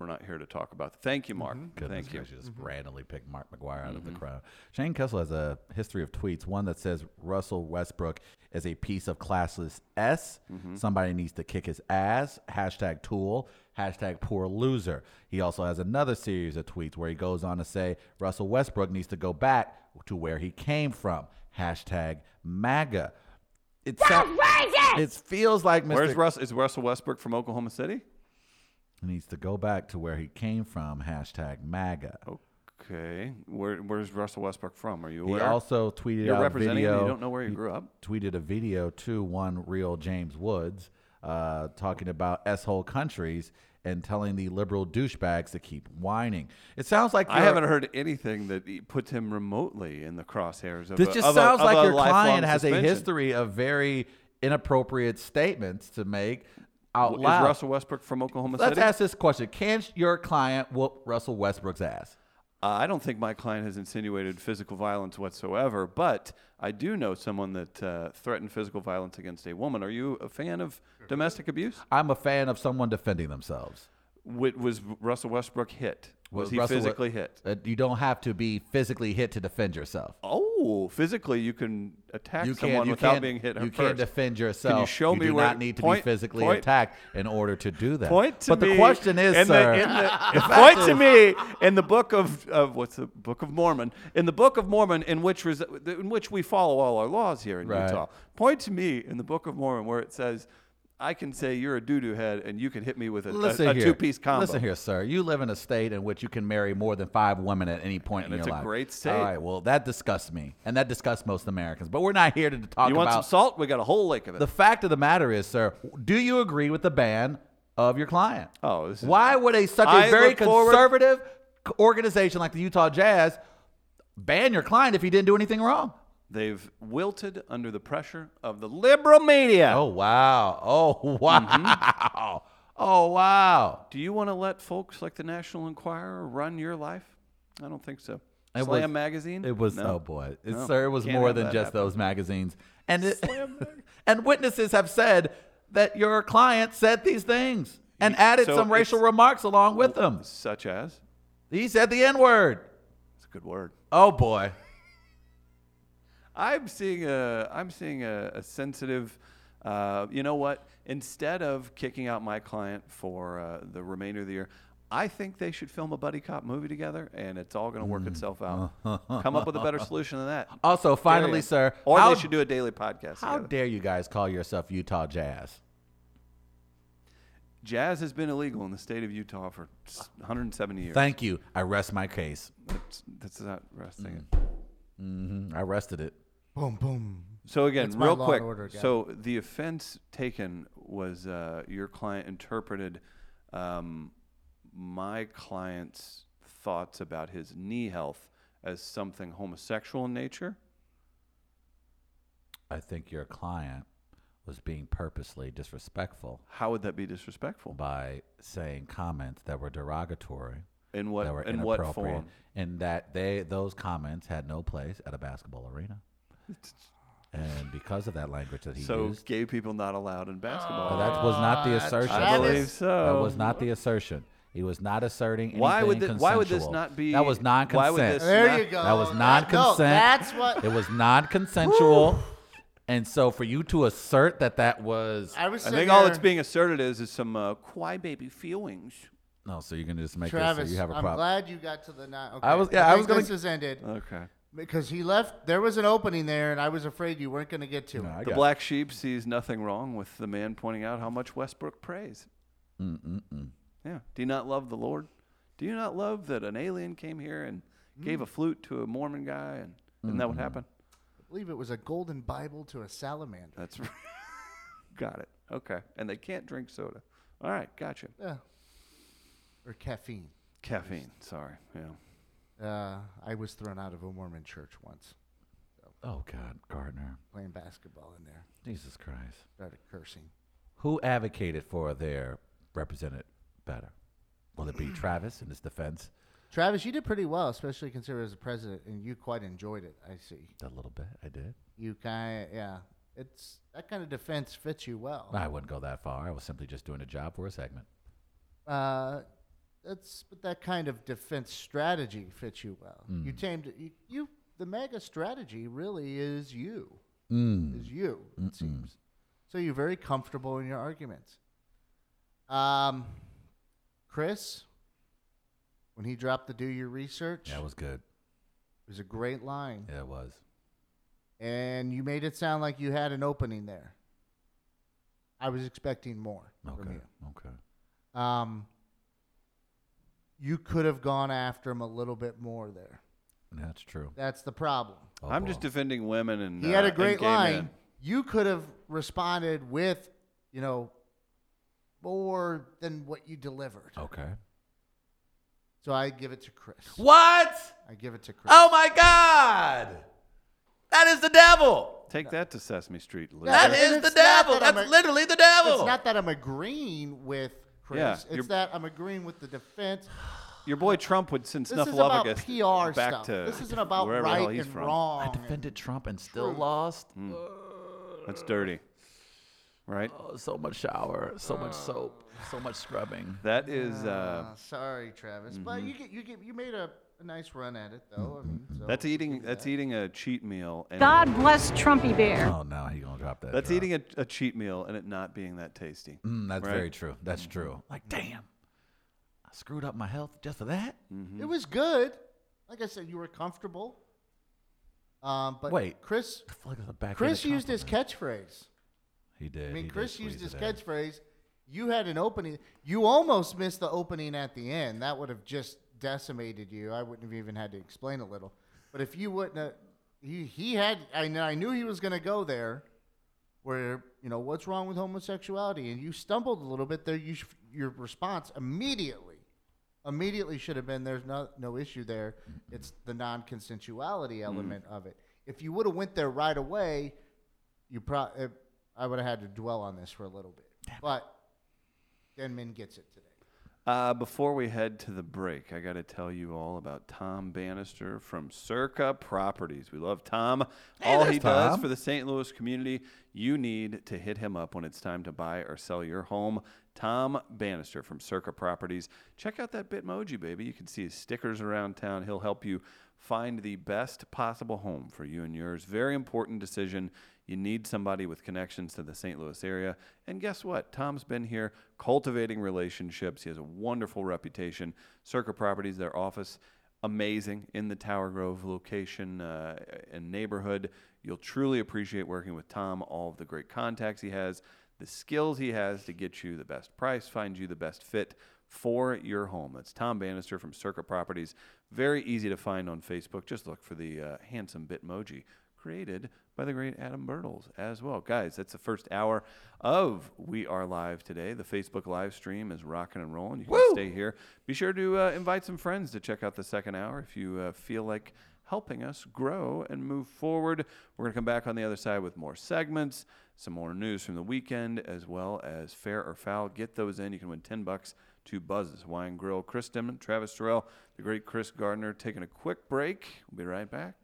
Speaker 2: We're not here to talk about. Thank you, Mark.
Speaker 1: Mm-hmm. Goodness
Speaker 2: Thank you. Mm-hmm.
Speaker 1: gracious, just randomly picked Mark McGuire out of the crowd. Shane Kessler has a history of tweets. One that says Russell Westbrook is a piece of classless S.
Speaker 2: Mm-hmm.
Speaker 1: Somebody needs to kick his ass. Hashtag tool. Hashtag poor loser. He also has another series of tweets where he goes on to say Russell Westbrook needs to go back to where he came from. Hashtag MAGA. It's It feels like Mr.
Speaker 2: Where's Russ? Is Russell Westbrook from Oklahoma City?
Speaker 1: needs to go back to where he came from. Hashtag MAGA.
Speaker 2: Okay. Where, where's Russell Westbrook from? Are you
Speaker 1: He
Speaker 2: aware?
Speaker 1: also tweeted
Speaker 2: You're
Speaker 1: out a
Speaker 2: representing him,
Speaker 1: video.
Speaker 2: You don't know where you grew up.
Speaker 1: tweeted a video to one real James Woods uh, talking about s-hole countries and telling the liberal douchebags to keep whining. It sounds like
Speaker 2: I
Speaker 1: your-
Speaker 2: haven't heard anything that he puts him remotely in the crosshairs of
Speaker 1: This
Speaker 2: a,
Speaker 1: just
Speaker 2: of a-
Speaker 1: sounds
Speaker 2: of
Speaker 1: like
Speaker 2: a
Speaker 1: your
Speaker 2: lifelong
Speaker 1: client has a
Speaker 2: suspension.
Speaker 1: history of very inappropriate statements to make out
Speaker 2: Is
Speaker 1: loud.
Speaker 2: Russell Westbrook from Oklahoma
Speaker 1: Let's
Speaker 2: City?
Speaker 1: ask this question: Can sh- your client whoop Russell Westbrook's ass?
Speaker 2: Uh, I don't think my client has insinuated physical violence whatsoever, but I do know someone that uh, threatened physical violence against a woman. Are you a fan of domestic abuse?
Speaker 1: I'm a fan of someone defending themselves.
Speaker 2: Wait, was Russell Westbrook hit? Was
Speaker 1: Well,
Speaker 2: he
Speaker 1: Russell,
Speaker 2: physically hit?
Speaker 1: Uh, you don't have to be physically hit to defend yourself.
Speaker 2: Oh, physically you can attack
Speaker 1: You
Speaker 2: someone
Speaker 1: can, you
Speaker 2: without
Speaker 1: can,
Speaker 2: being hit
Speaker 1: You
Speaker 2: first.
Speaker 1: can defend yourself.
Speaker 2: Can you show me
Speaker 1: do
Speaker 2: where?
Speaker 1: not need to
Speaker 2: point-
Speaker 1: be physically
Speaker 2: point-
Speaker 1: attacked in order to do that.
Speaker 2: Point to
Speaker 1: but
Speaker 2: me
Speaker 1: the question is,
Speaker 2: in
Speaker 1: sir,
Speaker 2: the, in the, point to me in the book of, of what's the Book of Mormon? In the Book of Mormon, in which res, in which we follow all our laws here in
Speaker 1: Right.
Speaker 2: Utah. Point to me in the Book of Mormon where it says, "I can say you're a doo doo head, and you can hit me with a,
Speaker 1: listen
Speaker 2: a, a
Speaker 1: here.
Speaker 2: two piece combo."
Speaker 1: Listen here, sir. You live in a state in which you can marry more than five women at any point
Speaker 2: And
Speaker 1: in
Speaker 2: it's
Speaker 1: your
Speaker 2: a
Speaker 1: life.
Speaker 2: great state.
Speaker 1: All right. Well, that disgusts me, and that disgusts most Americans. But we're not here to talk
Speaker 2: You
Speaker 1: about
Speaker 2: want some salt? We got a whole lake of it.
Speaker 1: The fact of the matter is, sir, do you agree with the ban of your client?
Speaker 2: Oh, this is-
Speaker 1: why would a such a
Speaker 2: I
Speaker 1: very
Speaker 2: look forward-
Speaker 1: conservative c- organization like the Utah Jazz ban your client if he didn't do anything wrong?
Speaker 2: They've wilted under the pressure of the liberal media.
Speaker 1: Oh wow! Oh
Speaker 2: Mm-hmm.
Speaker 1: wow! Oh wow!
Speaker 2: Do you want to let folks like the National Enquirer run your life? I don't think so.
Speaker 1: It
Speaker 2: Slam
Speaker 1: was-
Speaker 2: magazine?
Speaker 1: It was
Speaker 2: No.
Speaker 1: oh boy, it,
Speaker 2: No.
Speaker 1: sir. It was
Speaker 2: Can't
Speaker 1: more
Speaker 2: have
Speaker 1: than
Speaker 2: that
Speaker 1: just
Speaker 2: happen.
Speaker 1: those magazines, and it, and witnesses have said that your client said these things and added
Speaker 2: so
Speaker 1: some racial
Speaker 2: it's-
Speaker 1: remarks along with them.
Speaker 2: Such as?
Speaker 1: He said the N word.
Speaker 2: It's a good word.
Speaker 1: Oh boy.
Speaker 2: I'm seeing a I'm seeing a, a sensitive. Uh, you know what? Instead of kicking out my client for uh, the remainder of the year, I think they should film a buddy cop movie together, and it's all going to work
Speaker 1: Mm.
Speaker 2: itself out. Come up with a better solution than that.
Speaker 1: Also,
Speaker 2: Dare ya.
Speaker 1: Uh, finally, sir,
Speaker 2: Or
Speaker 1: how,
Speaker 2: they should do a daily podcast.
Speaker 1: how
Speaker 2: together.
Speaker 1: dare you guys call yourself Utah Jazz?
Speaker 2: Jazz has been illegal in the state of Utah for s- 170 years.
Speaker 1: Thank you. I rest my case.
Speaker 2: That's, that's not resting. it.
Speaker 1: I rested it.
Speaker 3: Boom, boom.
Speaker 2: So again,
Speaker 3: That's my
Speaker 2: real
Speaker 3: Law and
Speaker 2: quick.
Speaker 3: Order guy.
Speaker 2: So the offense taken was uh, your client interpreted um, my client's thoughts about his knee health as something homosexual in nature.
Speaker 1: I think your client was being purposely disrespectful
Speaker 2: How would that be disrespectful?
Speaker 1: by saying comments that were derogatory,
Speaker 2: In
Speaker 1: that were
Speaker 2: what in what
Speaker 1: inappropriate,
Speaker 2: form?
Speaker 1: and that they those comments had no place at a basketball arena. and because of that language that he
Speaker 2: So
Speaker 1: used,
Speaker 2: gay people not allowed in
Speaker 1: But
Speaker 2: basketball.
Speaker 1: that was not the assertion.
Speaker 2: I believe so.
Speaker 1: That was not the assertion. He was not asserting anything
Speaker 2: Why would thi- why would this
Speaker 1: consensual.
Speaker 2: not be-
Speaker 1: That was
Speaker 2: why would
Speaker 1: non-consent.
Speaker 2: this
Speaker 3: There
Speaker 2: Nah.
Speaker 3: you go.
Speaker 1: That was
Speaker 3: That-
Speaker 1: non-consent.
Speaker 3: No, that's what
Speaker 1: It was non-consensual. and so, for you to assert that that was
Speaker 3: I was
Speaker 2: I
Speaker 3: sitting
Speaker 2: think all
Speaker 3: there-
Speaker 2: that's being asserted is is some uh, baby feelings.
Speaker 1: no, so you can just make
Speaker 3: Travis,
Speaker 1: this. So you have a
Speaker 3: I'm
Speaker 1: problem.
Speaker 3: glad you got to the nine. Okay.
Speaker 1: was- yeah, I
Speaker 3: think
Speaker 1: was gonna- Uh.
Speaker 3: This has ended
Speaker 2: Okay.
Speaker 3: because he left. There was an opening there, and I was afraid you weren't going to get to it.
Speaker 1: I
Speaker 2: The
Speaker 1: got-
Speaker 2: black sheep sees nothing wrong with the man pointing out how much Westbrook prays. Mm-mm-mm. Yeah. Do you not love the Lord? Do you not love that an alien came here and gave a flute to a Mormon guy? And isn't that what happened?
Speaker 3: I believe it was a golden Bible to a salamander.
Speaker 2: That's got it. Okay. And they can't drink soda. All right. Gotcha.
Speaker 3: Yeah. Or caffeine.
Speaker 2: Caffeine. Sorry. Yeah.
Speaker 3: Uh, I was thrown out of a Mormon church once
Speaker 1: oh God, Gardner,
Speaker 3: playing basketball in there.
Speaker 1: Jesus Christ!
Speaker 3: Started cursing.
Speaker 1: Who advocated for their represented better? Will it be Travis in his defense?
Speaker 3: Travis, you did pretty well, especially considering as a president, and you quite enjoyed it. I see.
Speaker 1: A little bit, I did.
Speaker 3: You kind of, yeah. It's that kind of defense fits you well.
Speaker 1: I wouldn't go that far. I was simply just doing a job for a segment.
Speaker 3: Uh, that's but that kind of defense strategy fits you well. You
Speaker 1: Mm.
Speaker 3: tamed you, you. The mega strategy really is you.
Speaker 1: Mm.
Speaker 3: Is you it seems. So you're very comfortable in your arguments. Um, Chris, when he dropped the do your research,
Speaker 1: That was good.
Speaker 3: it was a great line,
Speaker 1: Yeah, it was.
Speaker 3: and you made it sound like you had an opening there. I was expecting more from
Speaker 1: Okay.
Speaker 3: you.
Speaker 1: Okay.
Speaker 3: Um, you could have gone after him a little bit more there.
Speaker 1: That's true.
Speaker 3: That's the problem.
Speaker 1: Oh,
Speaker 2: I'm just
Speaker 1: boy.
Speaker 2: defending women and
Speaker 3: He had
Speaker 2: uh,
Speaker 3: a
Speaker 2: and
Speaker 3: great
Speaker 2: gay
Speaker 3: line.
Speaker 2: men.
Speaker 3: You could have responded with, you know, more than what you delivered.
Speaker 1: okay.
Speaker 3: So I give it to Chris.
Speaker 1: What?
Speaker 3: I give it to Chris.
Speaker 1: Oh my God! That is the devil.
Speaker 2: Take that to Sesame Street. loser.
Speaker 3: That
Speaker 1: That
Speaker 3: And
Speaker 1: is the
Speaker 3: it's not that
Speaker 1: devil.
Speaker 3: I'm
Speaker 1: That's
Speaker 3: a-
Speaker 1: literally the devil.
Speaker 3: It's not that I'm agreeing with Chris.
Speaker 2: Yeah, you're-
Speaker 3: it's that I'm agreeing with the defense.
Speaker 2: Your boy Trump would send
Speaker 3: This is about
Speaker 2: snuffleupagus
Speaker 3: PR
Speaker 2: back
Speaker 3: stuff.
Speaker 2: to
Speaker 3: This isn't about
Speaker 2: wherever the hell
Speaker 3: right
Speaker 2: he's
Speaker 3: and
Speaker 2: from.
Speaker 3: wrong.
Speaker 1: I
Speaker 3: and-
Speaker 1: Mm. defended Trump and still
Speaker 3: Truth.
Speaker 1: lost.
Speaker 2: That's dirty. right?
Speaker 9: Oh, so much shower, so much
Speaker 1: Ah.
Speaker 9: soap, so much scrubbing.
Speaker 2: That is uh,
Speaker 3: Uh, sorry, Travis, but
Speaker 2: Mm-hmm.
Speaker 3: you get you get you made a, a nice run at it though. I mean, so
Speaker 2: that's eating that's eating a cheat meal. And
Speaker 10: God bless Trumpy Bear.
Speaker 1: Oh, now he gonna drop that.
Speaker 2: That's
Speaker 1: drop.
Speaker 2: eating a, a cheat meal and it not being that tasty.
Speaker 1: Mm, that's
Speaker 2: right?
Speaker 1: very true. That's true.
Speaker 3: Mm-hmm.
Speaker 1: Like, damn, I screwed up my health just for that.
Speaker 3: it was good. Like I said, you were comfortable. Um, but
Speaker 1: Wait.
Speaker 3: Chris,
Speaker 1: I feel like it's a back.
Speaker 3: Chris used his catchphrase.
Speaker 1: He did.
Speaker 3: I
Speaker 1: he
Speaker 3: mean,
Speaker 1: did
Speaker 3: Chris
Speaker 1: squeeze
Speaker 3: used his
Speaker 1: it in.
Speaker 3: catchphrase. You had an opening. You almost missed the opening at the end. That would have just decimated you. I wouldn't have even had to explain a little. But if you wouldn't, have, he he had. I kn- I knew he was going to go there, where you know what's wrong with homosexuality, and you stumbled a little bit there. You sh- your response immediately, immediately should have been there's no no issue there. It's the non
Speaker 1: Mm.
Speaker 3: consensuality element of it. If you would have went there right away, you pro- uh, I would have had to dwell on this for a little bit. But Denman gets it today.
Speaker 2: Uh, before we head to the break, I got to tell you all about Tom Bannister from Circa Properties. We love Tom. all he
Speaker 1: there's
Speaker 2: does
Speaker 1: Tom.
Speaker 2: for the St. Louis community, you need to hit him up when it's time to buy or sell your home. Tom Bannister from Circa Properties. Check out that Bitmoji, baby. You can see his stickers around town. He'll help you find the best possible home for you and yours. Very important decision. You need somebody with connections to the St. Louis area. And guess what? Tom's been here cultivating relationships. He has a wonderful reputation. Circa Properties, their office, amazing in the Tower Grove location uh, and neighborhood. You'll truly appreciate working with Tom, all of the great contacts he has, the skills he has to get you the best price, find you the best fit for your home. That's Tom Bannister from Circa Properties. Very easy to find on Facebook. Just look for the uh, handsome Bitmoji created by the great Adam Birtles as well. Guys, that's the first hour of We Are Live today. The Facebook live stream is rocking and rolling. You can stay here. Be sure to uh, invite some friends to check out the second hour if you uh, feel like helping us grow and move forward. We're going to come back on the other side with more segments, some more news from the weekend, as well as fair or foul. Get those in. You can win 10 bucks to Buzz's Wine Grill. Chris Dimon, Travis Terrell, the great Chris Gardner taking a quick break. We'll be right back.